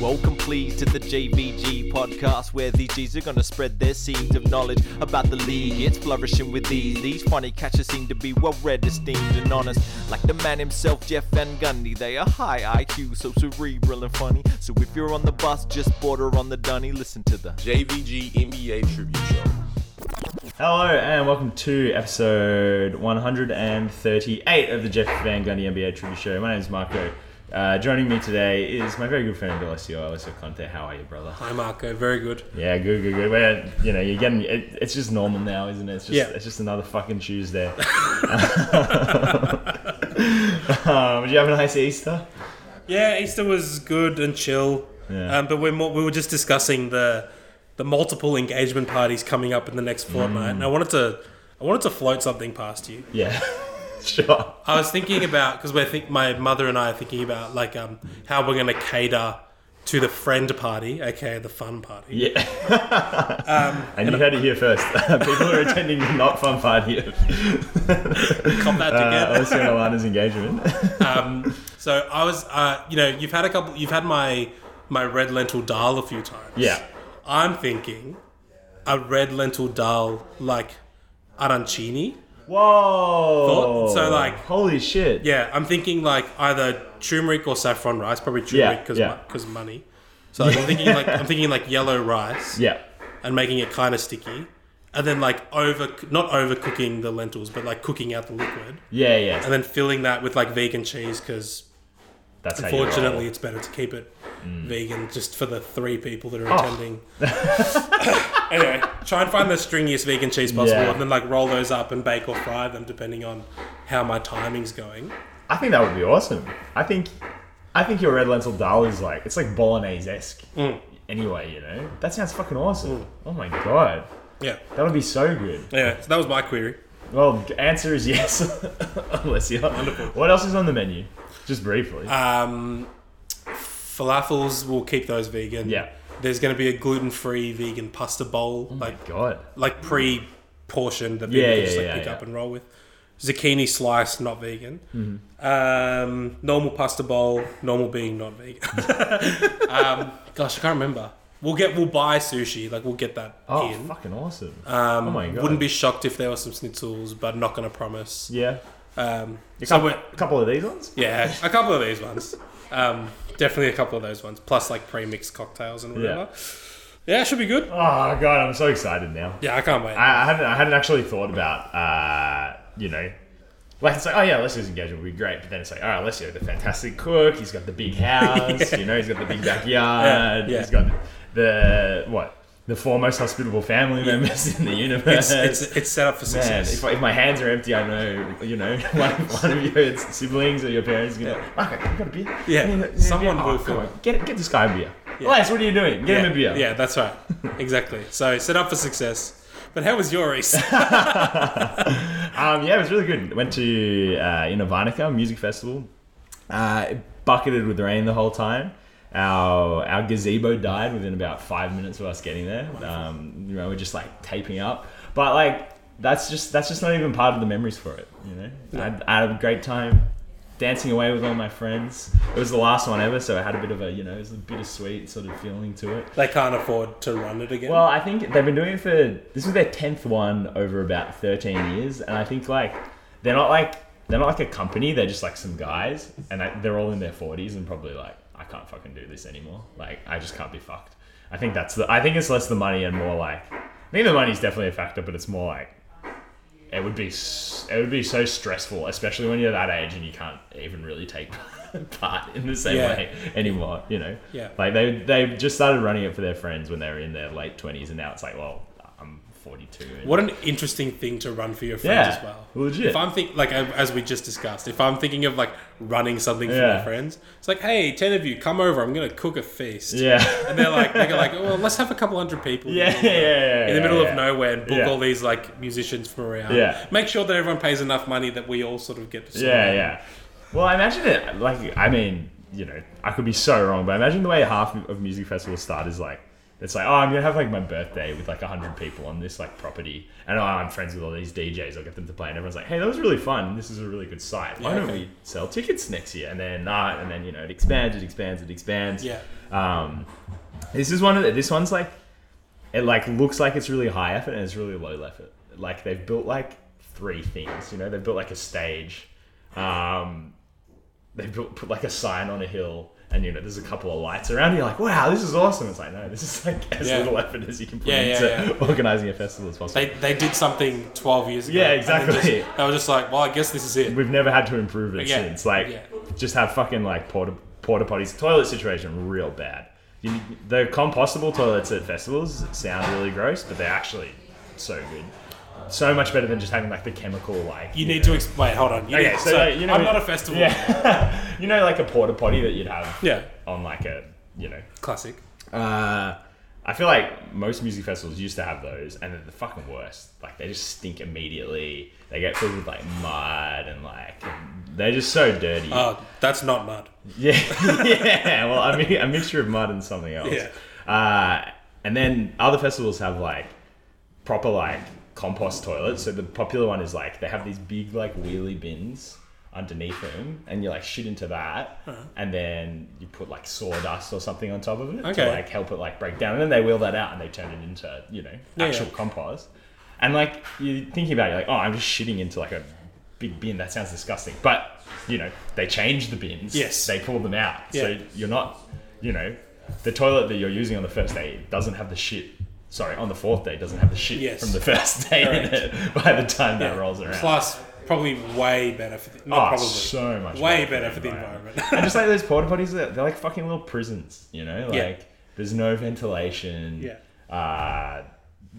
Welcome, please, to the JVG podcast where these G's are going to spread their seeds of knowledge about the league. It's flourishing with these. These funny catchers seem to be well read, esteemed, and honest. Like the man himself, Jeff Van Gundy. They are high IQ, so cerebral and funny. So if you're on the bus, just border on the dunny. Listen to the JVG NBA Tribute Show. Hello and welcome to episode 138 of the Jeff Van Gundy NBA Trivia Show. My name is Marco. Uh, joining me today is my very good friend Alessio. Alessio Conte, how are you, brother? Hi Marco, very good. Yeah, good, good, good. We're, you know, you're getting it, it's just normal now, isn't it? It's just Yeah. it's just another fucking Tuesday. Uh, um, did you have a nice Easter? Yeah, Easter was good and chill. Yeah. Um, but we're more, we were just discussing the the multiple engagement parties coming up in the next fortnight, and I wanted to I wanted to float something past you. Yeah, sure. I was thinking about because we're think my mother and I are thinking about like um how we're gonna cater to the friend party, aka the fun party. Yeah. and you heard it here first. People are attending the not fun party of Come that uh, together. Alessio Milano's engagement. um, so I was uh, you know you've had a couple you've had my my red lentil dal a few times. Yeah. I'm thinking a red lentil dal like arancini. Whoa! Thought- so, like- holy shit! Yeah, I'm thinking like either turmeric or saffron rice, probably Yeah, turmeric because yeah. money. So like, I'm thinking like I'm thinking like yellow rice yeah, and making it kind of sticky, and then like over not overcooking the lentils, but like cooking out the liquid, yeah, yeah. and then filling that with like vegan cheese because That's how you roll. Mm. Fortunately, it's better to keep it vegan just for the three people that are attending. anyway, try and find the stringiest vegan cheese possible Yeah. and then like roll those up and bake or fry them depending on how my timing's going. I think that would be awesome. I think, I think your red lentil dal is like it's like bolognese esque. Mm. Anyway, you know that sounds fucking awesome. Oh my god, Yeah. that would be so good. Anyway, so that was my query. Well, the answer is yes, Alessio. Wonderful. What else is on the menu? Just briefly. Um, falafels, we'll keep those vegan. Yeah. Oh There's going to be a gluten free vegan pasta bowl, like god. like pre portioned that people Yeah, can yeah, just like yeah, pick yeah. up and roll with. Zucchini slice, not vegan. Mm-hmm. Um, normal pasta bowl, normal being not vegan. um, gosh, I can't remember. We'll get, we'll buy sushi. Like we'll get that Oh, in. fucking awesome. Um, oh my god. Wouldn't be shocked if there were some schnitzels, but not gonna promise. Yeah. Um, A so couple, we're, a couple of these ones. yeah, a couple of these ones. Um, definitely a couple of those ones. Plus like pre-mixed cocktails and whatever. Yeah, should be good. Oh god, I'm so excited now. Yeah, I can't wait. I, I haven't I hadn't actually thought about uh, you know like it's like oh yeah Lesio's engagement would be great but then it's like all right Lesio the fantastic cook he's got the big house you know he's got the big backyard Yeah, yeah. he's got the what the four most hospitable family members in the universe it's, it's, it's set up for Man, success. if, if my hands are empty, I know, you know, one, one of your siblings or your parents is going to be like, Marco, you got a beer? Yeah, You got a someone beer? will come fill on. it. Get, get this guy a beer. Les, what are you doing? Get yeah, him a beer. Yeah, that's right. Exactly. So set up for success. But how was your Easter? Um, yeah, it was really good. Went to uh, in Ivanica music festival. Uh, it bucketed with rain the whole time. Our our gazebo died within about five minutes of us getting there. Um, you know, we're just like taping up, but like that's just that's just not even part of the memories for it. You know, I, I had a great time dancing away with all my friends. It was the last one ever, so it had a bit of a you know, it was a bittersweet sort of feeling to it. they can't afford to run it again. Well, I think they've been doing it for this is their tenth one over about thirteen years, and I think like they're not like they're not like a company. They're just like some guys, and I, they're all in their forties and probably like I can't fucking do this anymore. Like I just can't be fucked. I think that's the. I think it's less the money and more like. I think the money's definitely a factor, but it's more like it would be s- it would be so stressful, especially when you're that age and you can't even really take part in the same Yeah. way anymore. You know, Yeah. Like they they just started running it for their friends when they were in their late twenties, and now it's like, well, I'm 42. and- what an interesting thing to run for your friends Yeah, as well. legit. If I'm think like I- as we just discussed, if I'm thinking of like running something for Yeah. my friends, it's like, hey, ten of you, come over. I'm gonna cook a feast. Yeah. And they're like, they're like, well, let's have a couple hundred people. Yeah, yeah, yeah, in the yeah, middle yeah. of nowhere and book Yeah. all these like musicians from around. Yeah. Make sure that everyone pays enough money that we all sort of get to Yeah, yeah. Well, I imagine it. Like, I mean, you know, I could be so wrong, but I imagine the way half of music festivals start is like It's like, oh, I'm gonna have like my birthday with like hundred people on this like property, and oh, I'm friends with all these DJs. I'll get them to play, and everyone's like, hey, that was really fun. This is a really good site. Why Yeah, don't okay. we sell tickets next year? And then, uh, and then you know, it expands, it expands, it expands. Yeah. Um, this is one of the, this one's like it like looks like it's really high effort and it's really low effort. Like they've built like three things, you know, they've built like a stage. Um, they built put like a sign on a hill and you know there's a couple of lights around and you're like, wow, this is awesome. It's like, no, this is like as Yeah. little effort as you can put Yeah, yeah, into organizing a festival as possible. They, they did something 12 years ago. Yeah, and they just- exactly. they were just like, well, I guess this is it. We've never had to improve it Yeah, since. Like, yeah. just have fucking like porta porta potties, toilet situation real bad. You, the compostable toilets at festivals sound really gross, but they're actually so good, so much better than just having like the chemical like. You need to explain. Hold on. You Okay, need- so, like, you know, I'm not a festival. Yeah, you know, like a porta potty that you'd have. Yeah. On like a you know Classic. uh, I feel like most music festivals used to have those, and they're the fucking worst. Like they just stink immediately. They get filled with like mud and like they're just so dirty. Oh, that's not mud. Yeah, yeah. Well, I mean, a mixture of mud and something else. Yeah. Uh, and then other festivals have like proper like compost toilets. So the popular one is like they have these big like wheelie bins underneath them, and you like shit into that, Uh-huh. and then you put like sawdust or something on top of it Okay. to like help it like break down, and then they wheel that out and they turn it into you know Yeah, actual yeah. compost. And like you're thinking about it, you're like, oh, I'm just shitting into like a big bin. That sounds disgusting. But you know, they change the bins Yes. they pull them out. Yeah. So you're not, you know, the toilet that you're using on the first day doesn't have the shit. Sorry, on the fourth day doesn't have the shit Yes. from the first day in Correct. it by the time Yeah. that rolls around. Plus, probably way better for the, Oh, not probably. so much way better for the environment. and just like those porta potties, they're, they're like fucking little prisons. You know, like Yeah. there's no ventilation. Yeah. Uh,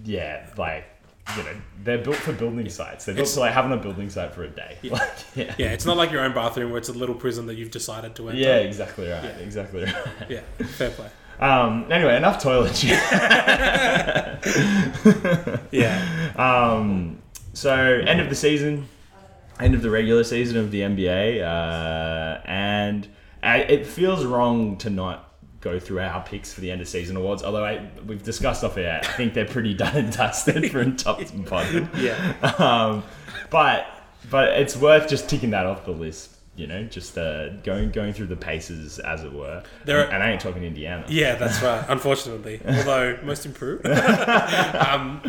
yeah, like. You know, they're built for building sites. They're built to like having a building site for a day. Like, yeah. yeah, it's not like your own bathroom where it's a little prison that you've decided to enter. Yeah, exactly right. Yeah. Exactly right. Yeah, fair play. Um, anyway, enough toilet chat. Yeah. Um, so end of the season, end of the regular season of the NBA, uh, and I, it feels wrong to not go through our picks for the end of season awards. Although I, we've discussed off air, I think they're pretty done and dusted for top and bottom. Yeah. Um, but but it's worth just ticking that off the list. You know, just uh, going going through the paces, as it were. There are- and I ain't talking Indiana. Yeah, that's right. Unfortunately, although most improved. um,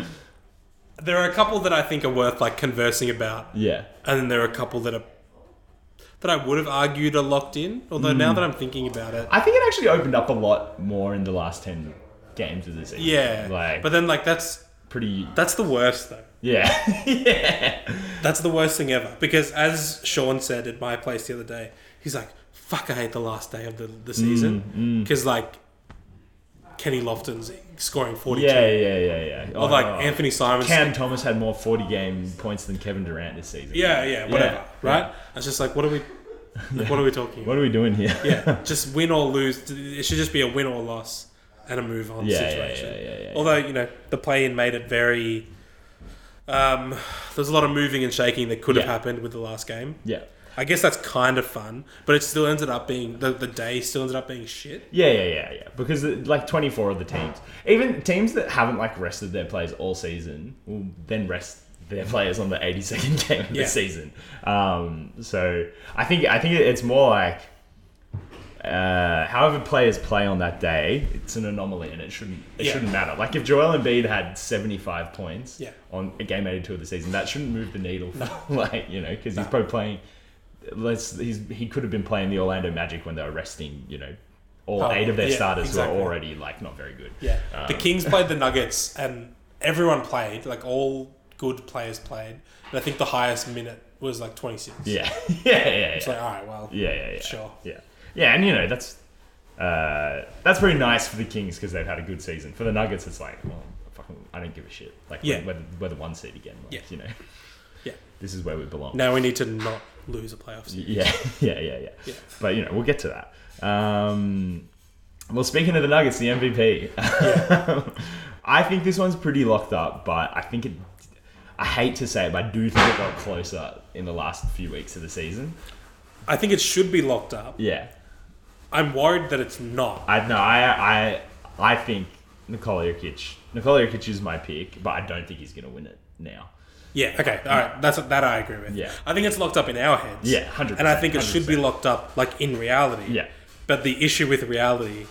there are a couple that I think are worth like conversing about, Yeah. and then there are a couple that are that I would have argued are locked in. Although Hmm. now that I'm thinking about it, I think it actually opened up a lot more in the last ten games of the season. yeah. like but then like that's pretty. that's the worst though. Yeah, yeah, That's the worst thing ever. Because as Sean said at my place the other day, he's like, "Fuck, I hate the last day of the, Hmm, the season because like Kenny Lofton's scoring forty two, yeah, yeah, yeah, yeah. Oh, or like Anthony Simons. Cam Thomas had more forty game points than Kevin Durant this season. yeah, yeah, whatever, Yeah. right? It's just like, what are we, like, what are we talking? What about? are we doing here? yeah, just win or lose. It should just be a win or loss and a move on Yeah, yeah, situation. yeah, yeah, yeah, yeah. Although you know the play-in made it very. Um, there's a lot of moving and shaking that could have Yeah. happened with the last game. yeah, I guess that's kind of fun, but it still ended up being the, the day still ended up being shit. yeah, yeah, yeah, yeah. Because uh, like twenty four of the teams, even teams that haven't like rested their players all season, will then rest their players on the eighty second game of Yeah. the season. Um, so I think I think it's more like. Uh, however, players play on that day, it's an anomaly, and it shouldn't it Yeah. shouldn't matter. Like if Joel Embiid had seventy five points Yeah. on a game eighty two of the season, that shouldn't move the needle. like you know, because he's probably playing. Let's he's he could have been playing the Orlando Magic when they were resting. You know, all Oh, eight of their yeah, starters exactly. were already like not very good. Yeah. the Um, Kings played the Nuggets and everyone played, like all good players played. And I think the highest minute was like 26. yeah, yeah, yeah, yeah. It's like, all right, well, Yeah, yeah, yeah. Sure. Yeah, yeah, and you know that's uh, that's very nice for the Kings because they've had a good season. For the Nuggets, it's like, well, fucking, I don't give a shit. Like, Yeah. we're, we're, the- we're the one seed again. Like, Yeah. you know, Yeah. this is where we belong. now we need to not lose a playoff series. Yeah, yeah, yeah, yeah, Yeah. But you know, we'll get to that. Um, well, speaking of the Nuggets, the MVP. I think this one's pretty locked up, but I think it. I hate to say it, but I do think it got closer in the last few weeks of the season. I think it should be locked up. Yeah, I'm worried that it's not. I no, I I I think Nikola Jokic. Nikola Jokic is my pick, but I don't think he's going to win it now. Yeah. Okay. All right. That's that I agree with. Yeah. I think it's locked up in our heads. Yeah, 100%, And I think it should be 100%. locked up like in reality. Yeah. But the issue with reality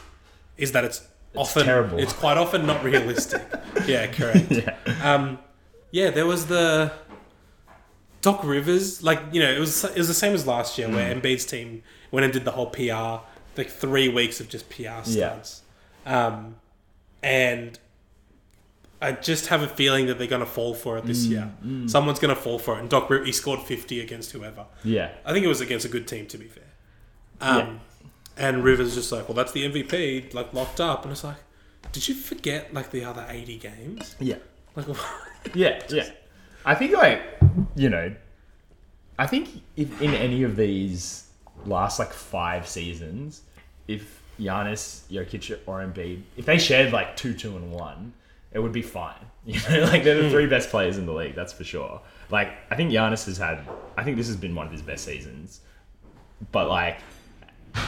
is that it's, often terrible. It's quite often not realistic. yeah. Correct. Yeah. Um, yeah. There was the Doc Rivers. Like you know, it was it was the same as last year Mm. where Embiid's team went and did the whole PR like three weeks of just PR stunts. Um, and I just have a feeling that they're going to fall for it Mm, this year. Someone's going to fall for it. And Doc, Rivers- he scored 50 against whoever. Yeah. I think it was against a good team, to be fair. Um, And Rivers just like, well, that's the MVP, like locked up. And it's like, did you forget like the other 80 games? Yeah. Like, Yeah, yeah. I think like you know, I think if in any of these last like five seasons, if Giannis, Jokic, or Embiid, if they shared like two, two, and one, it would be fine. You know, like they're the three best players in the league, that's for sure. Like I think Giannis has had, I think this has been one of his best seasons, but like.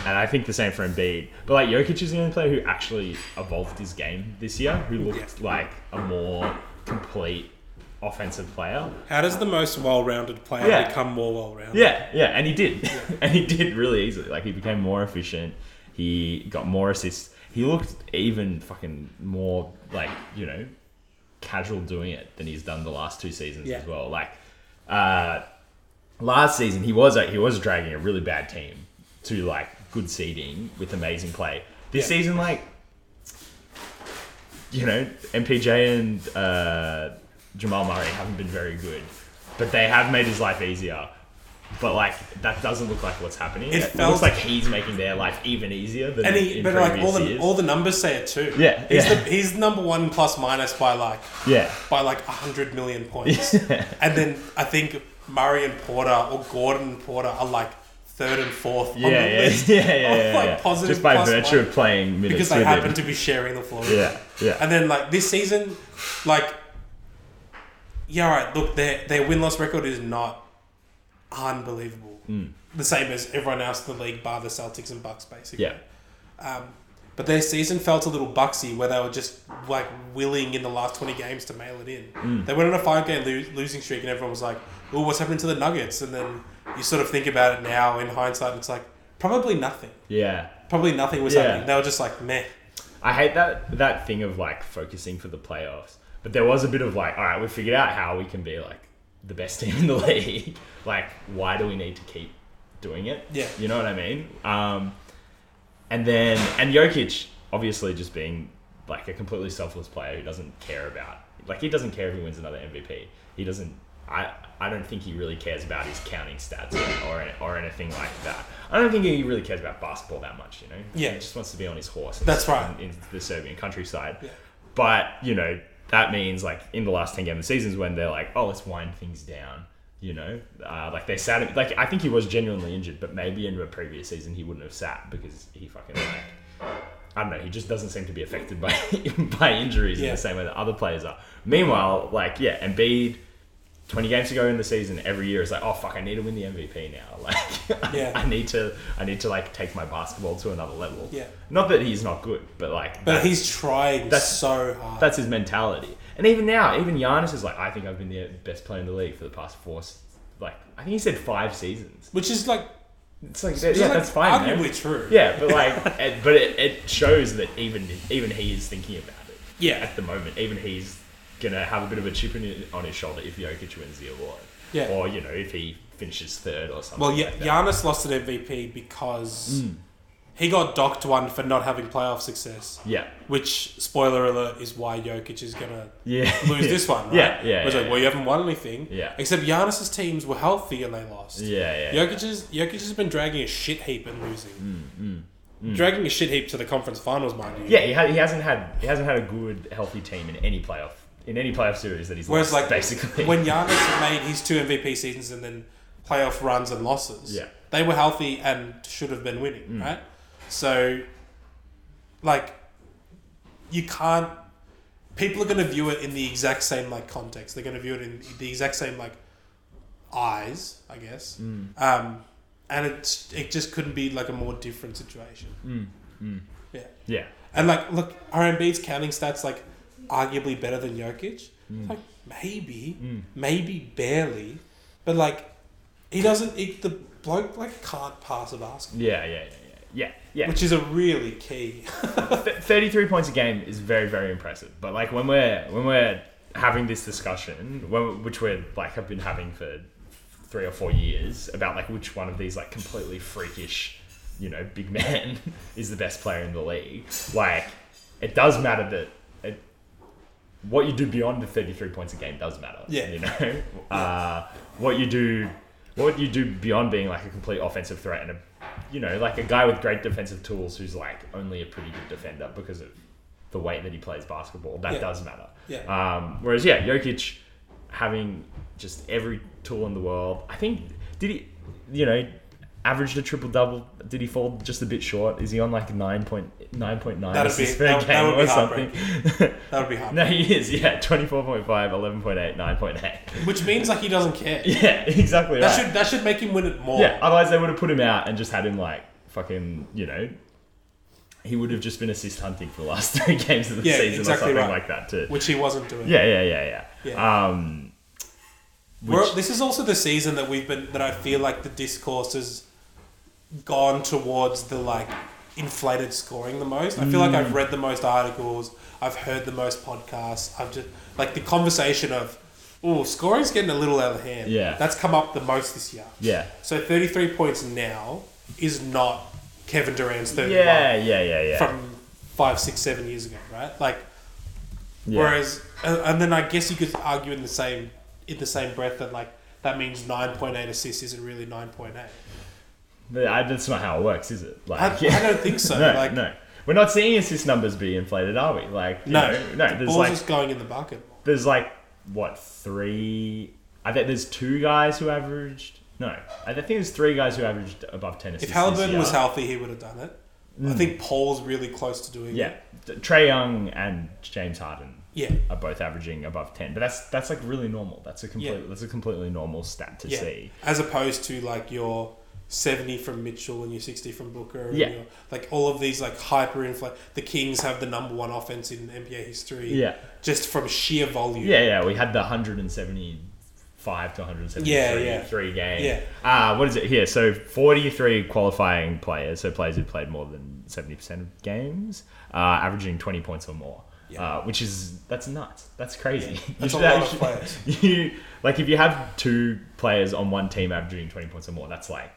And I think the same for Embiid. But like Jokic is the only player who actually evolved his game this year, who looked like a more complete offensive player. how does the most well-rounded player Yeah. become more well-rounded? Yeah, yeah, and he did. and he did really easily. Like he became more efficient. He got more assists. He looked even fucking more like, you know, casual doing it than he's done the last two seasons Yeah. as well. Like uh last season he was like, he was dragging a really bad team to like good seeding with amazing play. This Yeah. season like you know, MPJ and uh, Jamal Murray haven't been very good, but they have made his life easier. But like that doesn't look like what's happening. It It, felt- looks like he's making their life even easier than And he, in but previous like all the years. all the numbers say it too. Yeah, he's yeah. The, he's number one plus minus by like yeah, by like 100 million points. And then I think Murray and Porter or Gordon and Porter are like third and fourth yeah, on the yeah, list. yeah, yeah, yeah, of, yeah, like, yeah. positive Just by plus virtue one. of playing minutes Because they with him. happen to be sharing the floor. with Yeah, him. yeah. And then like this season, like yeah, all right. Look, their their win loss record is not unbelievable. Hmm. The same as everyone else in the league, bar the Celtics and Bucks, basically. yeah, Um, but their season felt a little bucksy, where they were just like willing in the last twenty games to mail it in. Mm. They went on a five-game lo- losing streak, and everyone was like, "Oh, what's happening to the Nuggets?" And then you sort of think about it now in hindsight, and it's like probably nothing. yeah. Probably nothing was Yeah. happening. They were just like, "Meh." I hate that that thing of like focusing for the playoffs. But there was a bit of like, all right, we figured out how we can be like the best team in the league. like, why do we need to keep doing it? Yeah. you know what I mean. Um, and then and Jokic obviously just being like a completely selfless player who doesn't care about like he doesn't care if he wins another MVP. He doesn't. I I don't think he really cares about his counting stats or or anything like that. I don't think he really cares about basketball that much. You know. Yeah. He just wants to be on his horse. That's right. In, in the Serbian countryside. Yeah. But you know that means like in the last ten game of the seasons when they're like, oh, let's wind things down. You know, uh, like they sat. him- Like I think he was genuinely injured, but maybe in a previous season he wouldn't have sat because he fucking like I don't know. He just doesn't seem to be affected by by injuries in Yeah. the same way that other players are. Meanwhile, like yeah, Embiid. 20 games to go in the season every year is like oh fuck i need to win the mvp now like Yeah. I, need to i need to like take my basketball to another level Yeah. not that he's not good but like But that's- he's trying that's- so hard. that's his mentality. And even now, even Giannis is like, I think I've been the best player in the league for the past four, s- like I think he said five seasons. which is like, It's like which is, yeah, like, that's fine. man. Arguably true. Yeah, but like, it, but it, it shows that even even he is thinking about it. Yeah. at the moment, even he's gonna have a bit of a chip in, on his shoulder if Jokic wins the award. Yeah. or you know, if he finishes third or something. Well, yeah, like that. Giannis lost an MVP because Mm. he got docked one for not having playoff success. yeah, Which, spoiler alert, is why Jokic is gonna yeah, lose this one, right? Yeah, yeah, It was yeah, like, well, you haven't won anything. Yeah. Except Giannis's teams were healthy and they lost. yeah, yeah, Jokic's Jokic has been dragging a shit heap and losing. Mm, Dragging a shit heap to the conference finals, mind you. Yeah, he, ha- he hasn't had he hasn't had a good healthy team in any playoff in any playoff series that he's Whereas, lost, like, basically when Giannis made his two MVP seasons and then playoff runs and losses, Yeah. Mm. they were healthy and should have been winning, right? So, like, you can't. People are going to view it in the exact same like context. They're going to view it in the exact same like eyes, I Mm. Mm. guess. Um, and it's it just couldn't be like a more different situation. Yeah. Yeah. And like, look, RMB's counting stats like arguably better than Jokic. Mm. Like maybe, maybe barely, but like he doesn't. He, the bloke like can't pass a basketball, Yeah, yeah, yeah, yeah, yeah. yeah. which is a really key. Th- Thirty-three points a game is very, very impressive. But like when we're when we're having this discussion, when, which we're like have been having for three or four years about like which one of these like completely freakish, you know, big man is the best player in the league. Like it does matter that it, what you do beyond the thirty-three points a game does matter. Yeah. you know, uh, what you do, what you do beyond being like a complete offensive threat and a, you know, like a guy with great defensive tools who's like only a pretty good defender because of the way that he plays basketball. That Yeah. does matter. Yeah. Um, whereas, yeah, Jokic having just every tool in the world. I think did he, you know, averaged a triple double? Did he fall just a bit short? Is he on like nine point nine point nine That'd be- assists that per would- that game would be or something? That would be hard. no, he is. Yeah, 24.5, 11.8, 9.8. Which means like he doesn't care. Yeah, exactly That right. should that should make him win it more. Yeah, otherwise they would have put him out and just had him like fucking, you know, he would have just been assist hunting for the last three games of the Yeah, season exactly or something right. like that too. Which he wasn't doing. yeah, yeah, yeah, yeah. Yeah. Um, We're- which- this is also the season that we've been that I feel like the discourse has gone towards the like inflated scoring the most. I feel like Mm. I've read the most articles, I've heard the most podcasts, I've just like the conversation of oh scoring's getting a little out of hand. Yeah. That's come up the most this year. yeah. So thirty three points now is not Kevin Durant's thirty one Yeah, yeah, yeah, yeah. from five, six, seven years ago, right? Like yeah. Whereas, and and then I guess you could argue in the same in the same breath that like that means nine point eight assists isn't really nine point eight. But I, that's not how it works, is it? Like, I, I don't think so. no, like, no. We're not seeing assist numbers be inflated, are we? Like, you no, know, no. the There's ball's like, just going in the bucket. there's like what three? I think there's two guys who averaged. No, I think there's three guys who averaged above ten assists. If this Halliburton year. was healthy, he would have done it. I think Paul's really close to doing Mm. Yeah, it. Trey Young and James Harden Yeah, are both averaging above ten, but that's that's like really normal. That's a complete Yeah. that's a completely normal stat to yeah. see. As opposed to like your seventy from Mitchell and your sixty from Booker. And Yeah. your, like all of these like hyper inflate. The Kings have the number one offense in NBA history. Yeah, just from sheer volume. yeah, yeah. We had the hundred and seventy five to 173 Yeah, yeah. three game. Yeah. Uh, what is it here? So 43 qualifying players, so players who played more than 70% of games, uh, averaging 20 points or more. Yeah. Uh, which is that's nuts. That's crazy. You that's a should lot of actually- players. You like if you have two players on one team averaging 20 points or more, that's like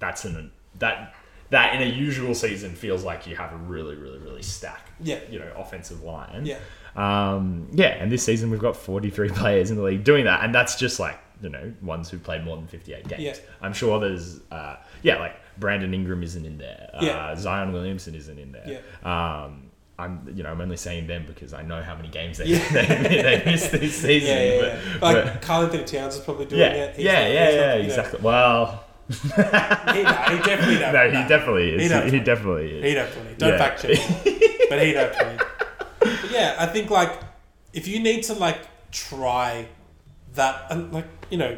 that's an that that in a usual season feels like you have a really really really stacked Yeah. you know offensive line. Yeah. Um, yeah, and this season we've got 43 players in the league doing that, and that's just like you know ones who played more than 58 games. Yeah. I'm sure there's uh, yeah like Brandon Ingram isn't in there. Yeah. Uh, Zion Williamson isn't in there. Um, I'm you know I'm only saying them because I know how many games they Yeah. they, they missed this season. Yeah, yeah, yeah. But, like but- Carl Anthony Towns is probably doing yeah, it. He's yeah, not- yeah, he's not- yeah, you know, exactly. Well, He, no, he definitely don't. no, he no. definitely is. He He, don't he play. definitely is. He don't play. Don't Yeah. fact check, me, but he don't play. But yeah, I think like if you need to like try that and like you know,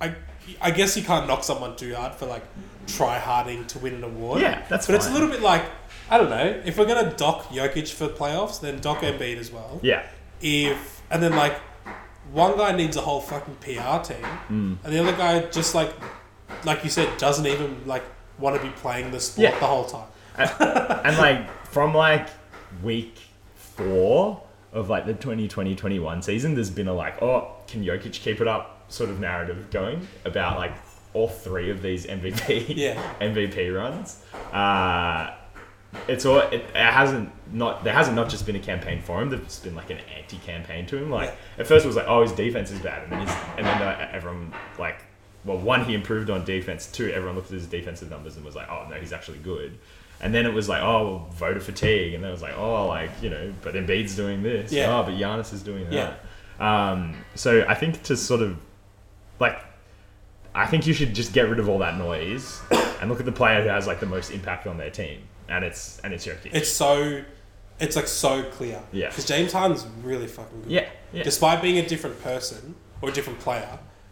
I I guess you can't knock someone too hard for like try harding to win an award. Yeah, that's but it's a fine. little bit like I don't know if we're gonna dock Jokic for playoffs, then dock Embiid as well. Yeah, if and then like one guy needs a whole fucking PR team, Mm. and the other guy just like, like you said, doesn't even like want to be playing the sport Yeah. the whole time. and like from like week four of like the 2020-21 season there's been a like oh can Jokic keep it up sort of narrative going about like all three of these MVP Yeah. MVP runs uh it's all it, it hasn't not there hasn't not just been a campaign for him there's been like an anti-campaign to him like at first it was like oh his defense is bad and then his, and then uh, everyone like well one he improved on defense two everyone looked at his defensive numbers and was like oh no he's actually good and then it was like oh voter fatigue and then it was like oh like you know but Embiid's doing this Yeah. oh but Giannis is doing that Yeah. um, so I think to sort of like I think you should just get rid of all that noise and look at the player who has like the most impact on their team, and it's and it's Jokic. It's so, it's like so clear. Yeah. because James Harden's really fucking good. yeah, yeah, despite being a different person or a different player,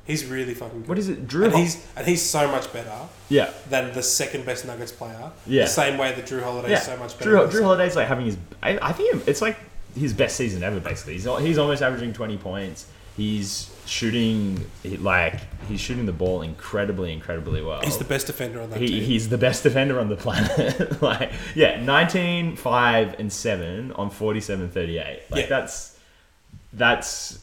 He's really fucking good. What is it? Drew And Hol- he's and he's so much better Yeah, than the second best Nuggets player. Yeah. The same way that Drew Holiday yeah. is so much better. Drew, than- Drew Holiday's like having his. I, I think it's like his best season ever. Basically, he's al- he's almost averaging twenty points. He's shooting he- like he's shooting the ball incredibly, incredibly well. He's the best defender on that he, team. he's the best defender on the planet. like, yeah, 19, 5, and 7 on 47, 38. Like, Yeah. that's that's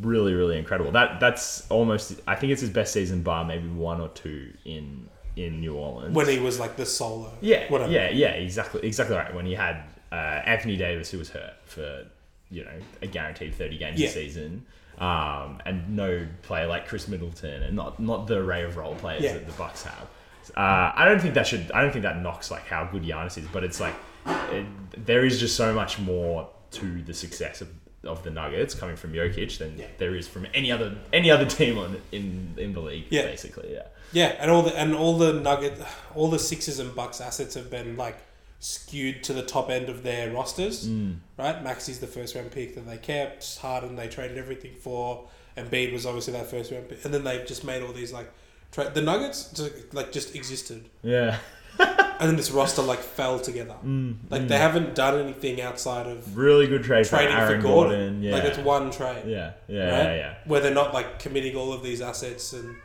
really, really incredible. That That's almost, I think it's his best season, bar maybe one or two in in New Orleans. when he was like the solo. yeah, Whatever. yeah, yeah, exactly, exactly right. When he had uh, Anthony Davis, who was hurt for, you know, a guaranteed 30 games Yeah. a season. Um, and no player like Chris Middleton, and not not the array of role players Yeah. that the Bucks have. Uh, I don't think that should. I don't think that knocks like how good Giannis is, but it's like it, there is just so much more to the success of, of the Nuggets coming from Jokic than Yeah. there is from any other any other team on in in the league. Yeah. basically, yeah. Yeah, and all the and all the nugget, all the Sixers and Bucks assets have been like skewed to the top end of their rosters, Mm. right? Maxi's the first round pick that they kept. Harden they traded everything for, and Bede was obviously that first round pick, and then they've just made all these like tra- the Nuggets just, like just existed, Yeah, and then this roster like fell together. Mm, like they haven't done anything outside of really good trade for trading Aaron for Gordon. Gordon. Yeah, Like it's one trade. yeah, yeah, yeah, right? yeah. Where they're not like committing all of these assets and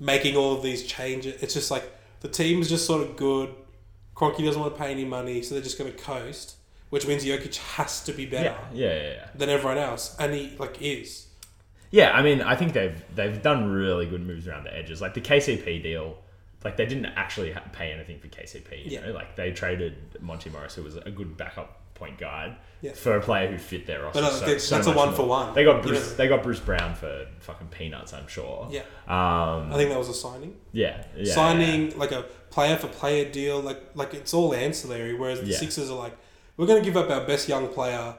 making all of these changes. It's just like the team is just sort of good. Cronky doesn't want to pay any money, so they're just going to coast, which means Jokic has to be better Yeah, yeah, yeah, yeah. than everyone else, and he like is. Yeah, I mean, I think they've they've done really good moves around the edges. Like the KCP deal, like they didn't actually ha- pay anything for KCP. You Yeah. know, like they traded Monty Morris, who was a good backup point guard, Yeah. for a player who fit their roster. no, so, that's- so that's a much one more. for one. They got You Bruce. know- They got Bruce Brown for fucking peanuts. I'm sure. Yeah, Um. I think that was a signing, Yeah. yeah yeah. signing like a player for player deal. Like like it's all ancillary. Whereas the Yeah. Sixers are like, we're going to give up our best young player,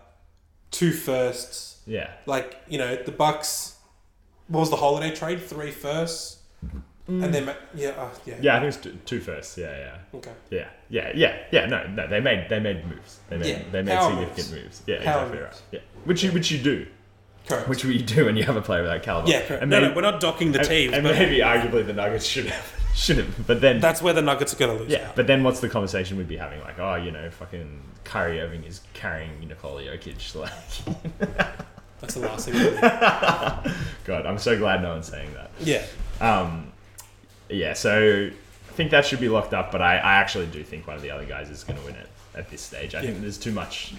two firsts, Yeah. like you know the Bucks. What was the holiday trade? Three firsts, and then ma- yeah, uh, yeah, Yeah. I think it's two, two firsts. Yeah. Yeah. okay. Yeah, yeah, yeah, yeah. No, no, they made they made moves. They made Yeah, they made power significant moves. moves. Yeah, Power exactly moves. right. Yeah, which you which you do, Correct. which you do when you have a player with that caliber. yeah, correct. And no, maybe- no, we're not docking the and, teams. and but maybe arguably the Nuggets should have should have. But then that's where the Nuggets are going to lose. yeah, out. but then what's the conversation we'd be having? Like, oh, you know, fucking Kyrie Irving is carrying Nikola Jokic. Like, that's the last thing. we need. God, I'm so glad no one's saying that. yeah, Um, yeah, so I think that should be locked up, but I, I actually do think one of the other guys is going to win it at this stage. I think Yeah. there's too much,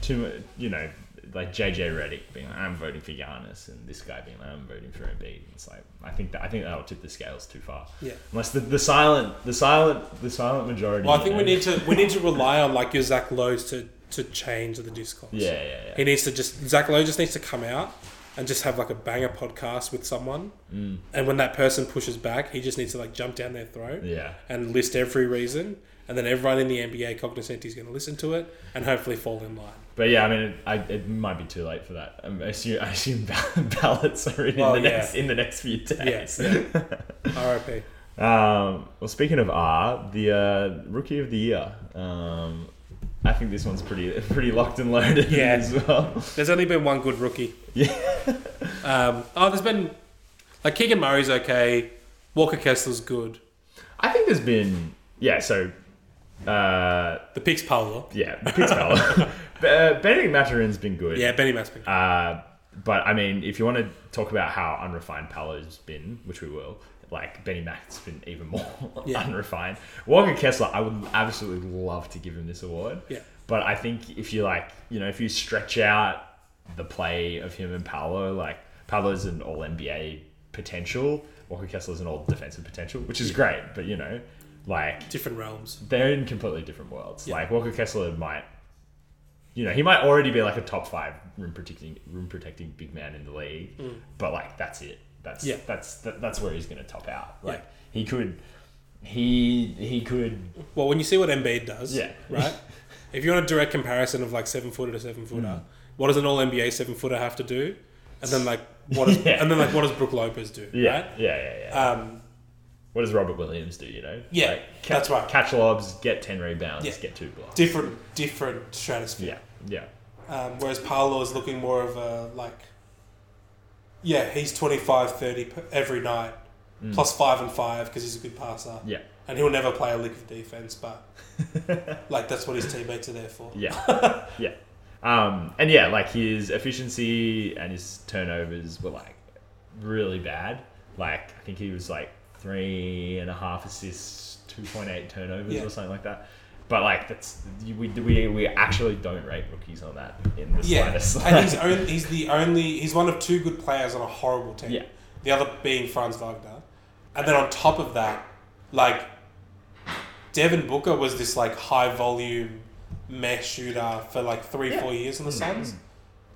too mu- you know, like JJ Redick being like, I'm voting for Giannis, and this guy being like, I'm voting for Embiid. It's like I think that I think that'll tip the scales too far. Yeah. Unless the, the silent, the silent, the silent majority. well, I you think know? we need to we need to rely on like your Zach Lowe's to to change the discourse. Yeah, yeah, yeah. he needs to just Zach Lowe just needs to come out and just have like a banger podcast with someone, mm. and when that person pushes back, he just needs to like jump down their throat. Yeah. and list every reason, and then everyone in the NBA cognizant is going to listen to it and hopefully fall in line. But yeah, I mean, it, I, it might be too late for that. Um, I assume, I assume ball- ballots are in, Well, the yeah. next in the next few days. Yes. RIP. Um, well, speaking of R, the uh, rookie of the year. Um, I think this one's pretty pretty locked and loaded Yeah. as well. There's only been one good rookie. Yeah. um, oh, there's been like Keegan Murray's okay. Walker Kessler's good. I think there's been yeah. So uh, The picks Paolo. yeah, Pittsburgh. uh, Benedict Maturin's been good. Yeah, Benny Maspin. Uh, but I mean, if you want to talk about how unrefined Palo's been, which we will, like Benny Mack's been even more Yeah. unrefined. Walker Kessler, I would absolutely love to give him this award. Yeah. But I think if you like, you know, if you stretch out the play of him and Paolo, like Paolo's an All NBA potential, Walker Kessler's an All Defensive potential, which is great. But you know, like Different realms. they're in completely different worlds. Yeah. Like Walker Kessler might, you know, he might already be like a top five room protecting room protecting big man in the league, but like that's it. That's Mm. Yeah. that's that, that's where he's going to top out. Yeah. Like he could, he he could. Well, when you see what Embiid does, Yeah. right? if you want a direct comparison of like seven footer to seven footer, Mm. what does an All NBA seven footer have to do? And then like what? Does, Yeah. And then like what does Brook Lopez do? Yeah, Right? yeah, yeah, yeah. Um, what does Robert Williams do? You know, Yeah, ca- that's right. Catch lobs, get ten rebounds, Yeah. get two blocks. different different stratosphere. yeah, yeah, Um, whereas Paolo is looking more of a like yeah, he's 25, 30 p- every night, plus five and five because he's a good passer. Yeah. And he'll never play a lick of defense, but like that's what his teammates are there for. Yeah. yeah. Um, and yeah, like his efficiency and his turnovers were like really bad. Like I think he was like three and a half assists, two point eight turnovers Yeah. or something like that. But like that's you- we we we actually don't rate rookies on that in the Yeah, slightest. and he's only, he's the only he's one of two good players on a horrible team. Yeah. The other being Franz Wagner, and then on top of that, like Devin Booker was this like high volume mesh shooter for like three Yeah. Mm. four years in the Suns.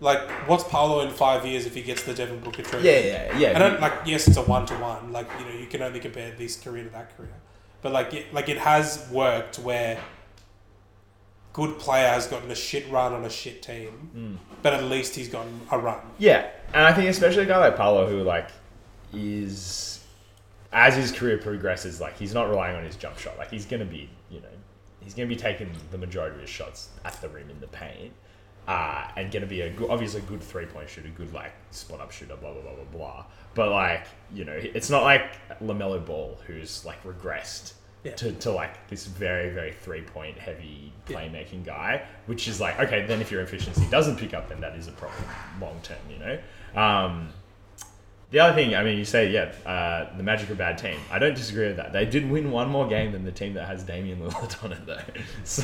Like, what's Paolo in five years if he gets the Devin Booker treatment? yeah, yeah, yeah. I don't like. Yes, it's a one to one. Like you know, you can only compare this career to that career. But like, it, like it has worked where good player has gotten a shit run on a shit Mm. team, but at least he's gotten a run. Yeah, and I think especially a guy like Paolo, who like is as his career progresses, like he's not relying on his jump shot. Like he's gonna be, you know, he's gonna be taking the majority of his shots at the rim in the paint, uh, and gonna be a good, obviously a good three point shooter, good like spot up shooter, blah blah blah blah blah. But like you know, it's not like Lamelo Ball, who's like regressed. Yeah. To, to like this very very three point heavy playmaking guy, which is like okay, then if your efficiency doesn't pick up, then that is a problem long term, you know. Um, the other thing, I mean, you say, yeah, uh, the Magic are a bad team. I don't disagree with that. They did win one more game than the team that has Damian Lillard on it, though. So,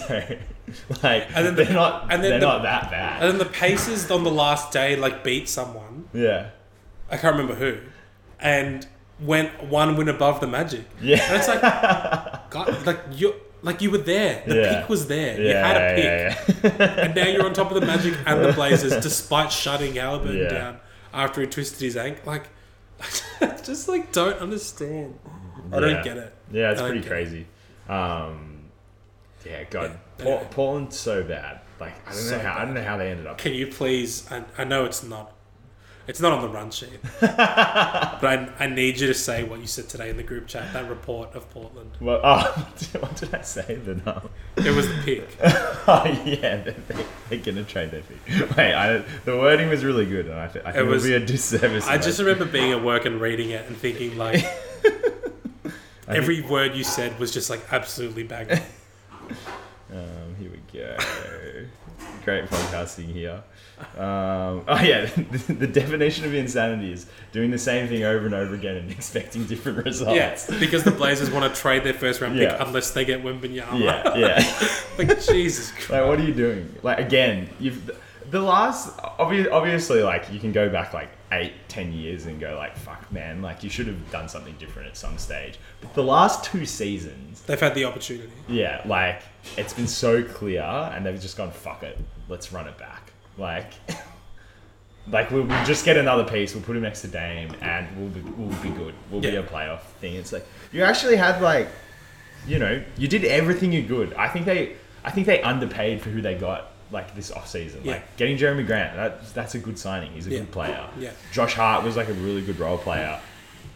like, And then the- they're not, and then they're the- not that bad. And then the Pacers on the last day like beat someone. yeah, I can't remember who, and went one win above the Magic. Yeah. and it's like, God, like you, like you were there. The Yeah. pick was there. yeah, you had a pick. yeah, yeah. and now you're on top of the Magic and the Blazers, despite shutting Halliburton Yeah. down after he twisted his ankle. Like, I just like don't understand. I Yeah. don't get it. Yeah, it's I don't pretty get crazy. Um, yeah, God, Yeah, Paul, anyway. Portland's so bad. Like, I don't So know how I don't know how they ended up. Can you please? I, I know it's not. It's not on the run sheet, but I, I need you to say what you said today in the group chat. That report of Portland. Well, oh, what did I say? The um, It was the pick. oh yeah, they're, they're gonna trade their pick. Wait, I, the wording was really good, and I, th- I think it was- would be a disservice. I if just remember being at work and reading it and thinking like every word you said was just like absolutely bang on. Um, here we go. Great podcasting here. Um, oh yeah, the, the definition of insanity is doing the same thing over and over again and expecting different results. Yes, because the Blazers want to trade their first round Oh. Yeah. pick unless they get Wimbenyama. Yeah, yeah. like Jesus Christ. like, what are you doing? Like, again, you've the last obvi- obviously, like, you can go back like eight, ten years and go like, fuck, man, like you should have done something different at some stage. But the last two seasons, They've had the opportunity. Yeah, like it's been so clear, and they've just gone fuck it, let's run it back. Like, like we'll, we'll just get another piece, we'll put him next to Dame, and we'll be, we'll be good. We'll be Yeah. a playoff thing. It's like you actually had like, you know, you did everything you could. I think they, I think they underpaid for who they got. Like this off season, Yeah. like getting Jeremy Grant, that, that's a good signing. He's a Yeah. good player. Yeah. Josh Hart was like a really good role player,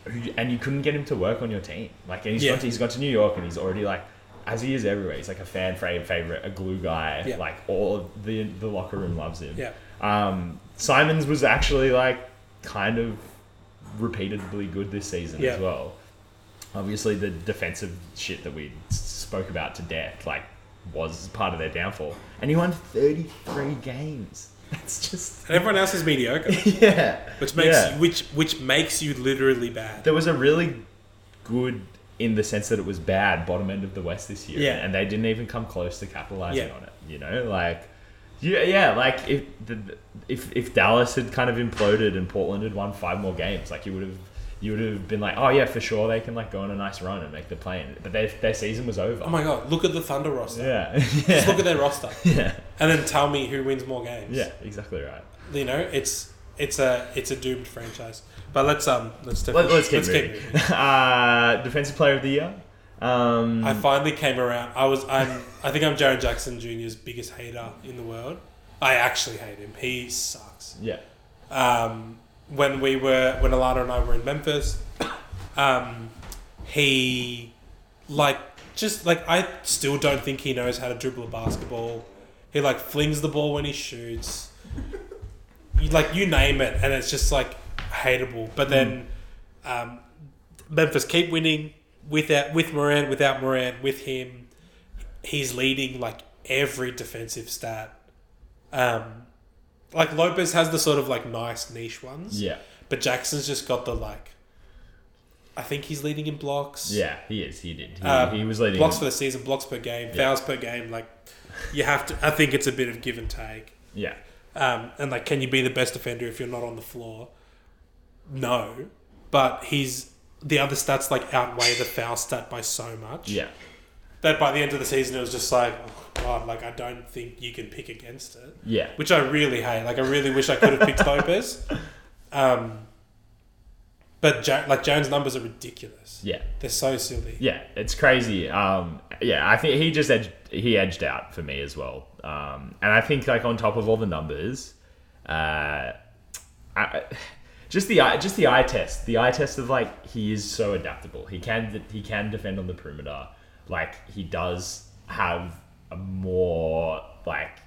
who- and you couldn't get him to work on your team. Like, and he's Yeah. got to, he's got to New York, and he's already like, as he is everywhere, he's like a fan favorite, favorite, a glue guy. Yeah. Like all of the the locker room loves him. Yeah. Um, Simons was actually like kind of repeatedly good this season Yeah. as well. Obviously, the defensive shit that we s- spoke about to death, like, was part of their downfall. And he won 33 games. That's just. And everyone else is mediocre. Yeah. Which makes Yeah. you, which which makes you literally bad. there was a really good in the sense that it was bad bottom end of the West this year. Yeah. And they didn't even come close to capitalizing Yeah. on it. You know, like yeah, yeah, like if the, the- if if Dallas had kind of imploded and Portland had won five more games, like you would have you would have been like, oh yeah, for sure they can like go on a nice run and make the play. in. But their their season was over. oh my god, look at the Thunder roster. yeah, Just yeah, look at their roster. yeah, And then tell me who wins more games. yeah, exactly right. You know, it's it's a it's a doomed franchise. But let's um let's Let, us keep let's moving. uh, defensive player of the year. Um, I finally came around. I was I'm I think I'm Jaron Jackson Jr.'s biggest hater in the world. I actually hate him. He sucks. yeah, um, when we were when Alana and I were in Memphis, um, he like just like I still don't think he knows how to dribble a basketball. He like flings the ball when he shoots. You, like you name it, and it's just like hateable. But then um, Memphis keep winning without with Moran, without Moran, with him. He's leading like every defensive stat. Um, like Lopez has the sort of like nice niche ones. Yeah. But Jackson's just got the like. I think he's leading in blocks. Yeah, he is. He did. He, Um, he was leading. blocks for the season, blocks per game, fouls per game. Like you have to. I think it's a bit of give and take. yeah. Um, and like, can you be the best defender if you're not on the floor? No, but he's the other stats like outweigh the foul stat by so much Yeah. that by the end of the season it was just like, oh god, like I don't think you can pick against it, Yeah. which I really hate. Like I really wish I could have picked Lopez, um, but ja- like Jones' numbers are ridiculous. Yeah. They're so silly. Yeah, it's crazy. Um, yeah, I think he just edged, he edged out for me as well. Um, and I think like on top of all the numbers, uh, I, just the eye, just the eye test, the eye test of like he is so adaptable. He can he can defend on the perimeter. Like he does have a more like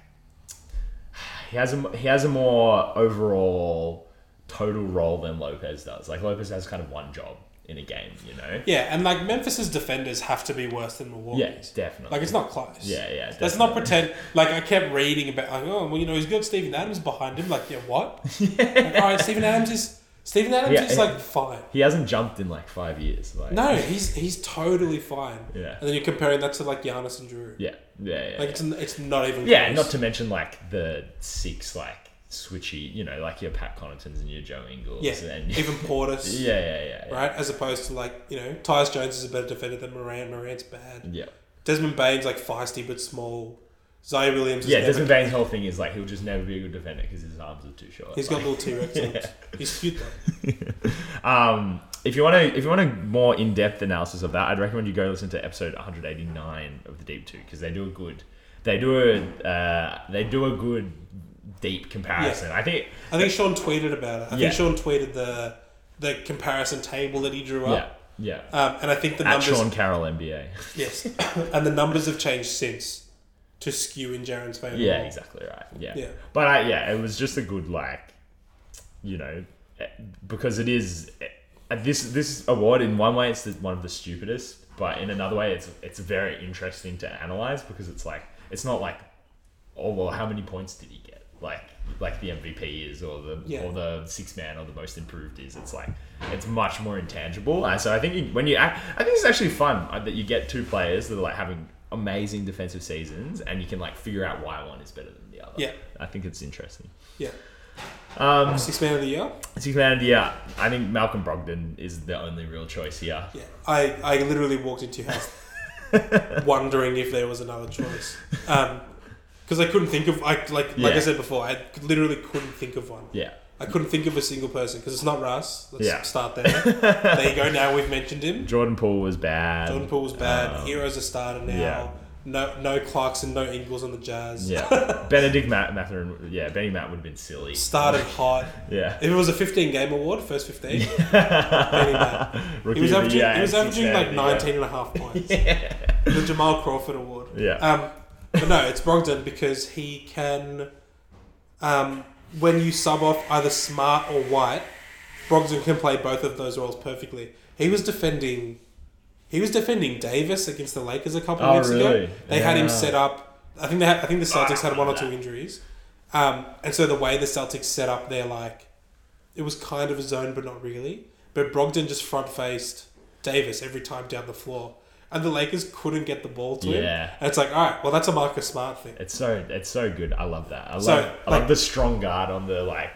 he has a he has a more overall total role than Lopez does. Like Lopez has kind of one job in a game, you know. Yeah, and like Memphis's defenders have to be worse than Milwaukee's. Yeah, definitely. Like it's not close. Yeah, yeah, Let's not definitely. pretend. Like I kept reading about, like, oh, well, you know, he's got Stephen Adams behind him. Like, yeah, what? Like, all right, Stephen Adams is Stephen Adams Yeah, is yeah. like fine. He hasn't jumped in like five years. Like No, he's he's totally fine. Yeah. And then you're comparing that to like Giannis and Drew. Yeah. Yeah. Yeah. Like it's it's not even. yeah. close. Not to mention like the six like switchy, you know, like your Pat Connaughton's and your Joe Ingles. Yeah. And Even Portis. yeah, yeah, yeah. Yeah. Right, as opposed to like you know, Tyus Jones is a better defender than Moran. Moran's bad. Yeah. Desmond Bain's like feisty but small. Zaire Williams. Is Yeah, never Desmond Bain's whole thing is like he'll just never be a good defender because his arms are too short. He's got little T Rex arms. He's cute though. Um, if you want to, if you want a more in-depth analysis of that, I'd recommend you go listen to episode 189 of the Deep Two because they do a good, they do a, uh, they do a good deep comparison. I think I think Sean tweeted about it. I Yeah. think Sean tweeted the the comparison table that he drew Yeah, up. yeah. Um, and I think the At numbers Sean Carroll MBA. yes, and the numbers have changed since to skew in Jaron's favor. yeah, more. exactly right. Yeah. Yeah. But I, yeah, it was just a good like, you know, eh, because it is eh, this this award in one way it's the, one of the stupidest, but in another way it's it's very interesting to analyze because it's like it's not like oh well how many points did he get like like the MVP is or the Yeah. or the six man or the most improved is it's like it's much more intangible and so I think you, when you act, I think it's actually fun uh, that you get two players that are like having amazing defensive seasons and you can like figure out why one is better than the other Yeah. I think it's interesting Yeah. Um, Six man of the year. six man of the year I think Malcolm Brogdon is the only real choice here Yeah. I, I literally walked into your house wondering if there was another choice. Um 'cause because I couldn't think of I like like I Yeah. said before, I literally couldn't think of one. yeah I couldn't think of a single person because it's not Russ. Let's Yeah. start there. there you go. Now we've mentioned him. Jordan Poole was bad Jordan Poole's bad. Um, Hero's a starter now. yeah. No, no Clarkson, no Ingles on the Jazz. yeah Benedict Matt Mathurin yeah Benny Matt would have been silly Started hot. yeah If it was a 15 game award, first Rookie 15, he of was the averaging, year he was and averaging six man like of the 19 year. and a half points. The Jamal Crawford award. Yeah. Um, but no, it's Brogdon because he can, um, when you sub off either smart or white, Brogdon can play both of those roles perfectly. He was defending, he was defending Davis against the Lakers a couple Oh, of weeks ago. really? They had him Yeah. set up. I think they had, I think the Celtics had one or two injuries, um, and so the way the Celtics set up their like, it was kind of a zone but not really. But Brogdon just front faced Davis every time down the floor. And the Lakers couldn't get the ball to him. Yeah. And it's like, all right, well, that's a Marcus Smart thing. It's so it's so good. I love that. I love So, I like- love the strong guard on the like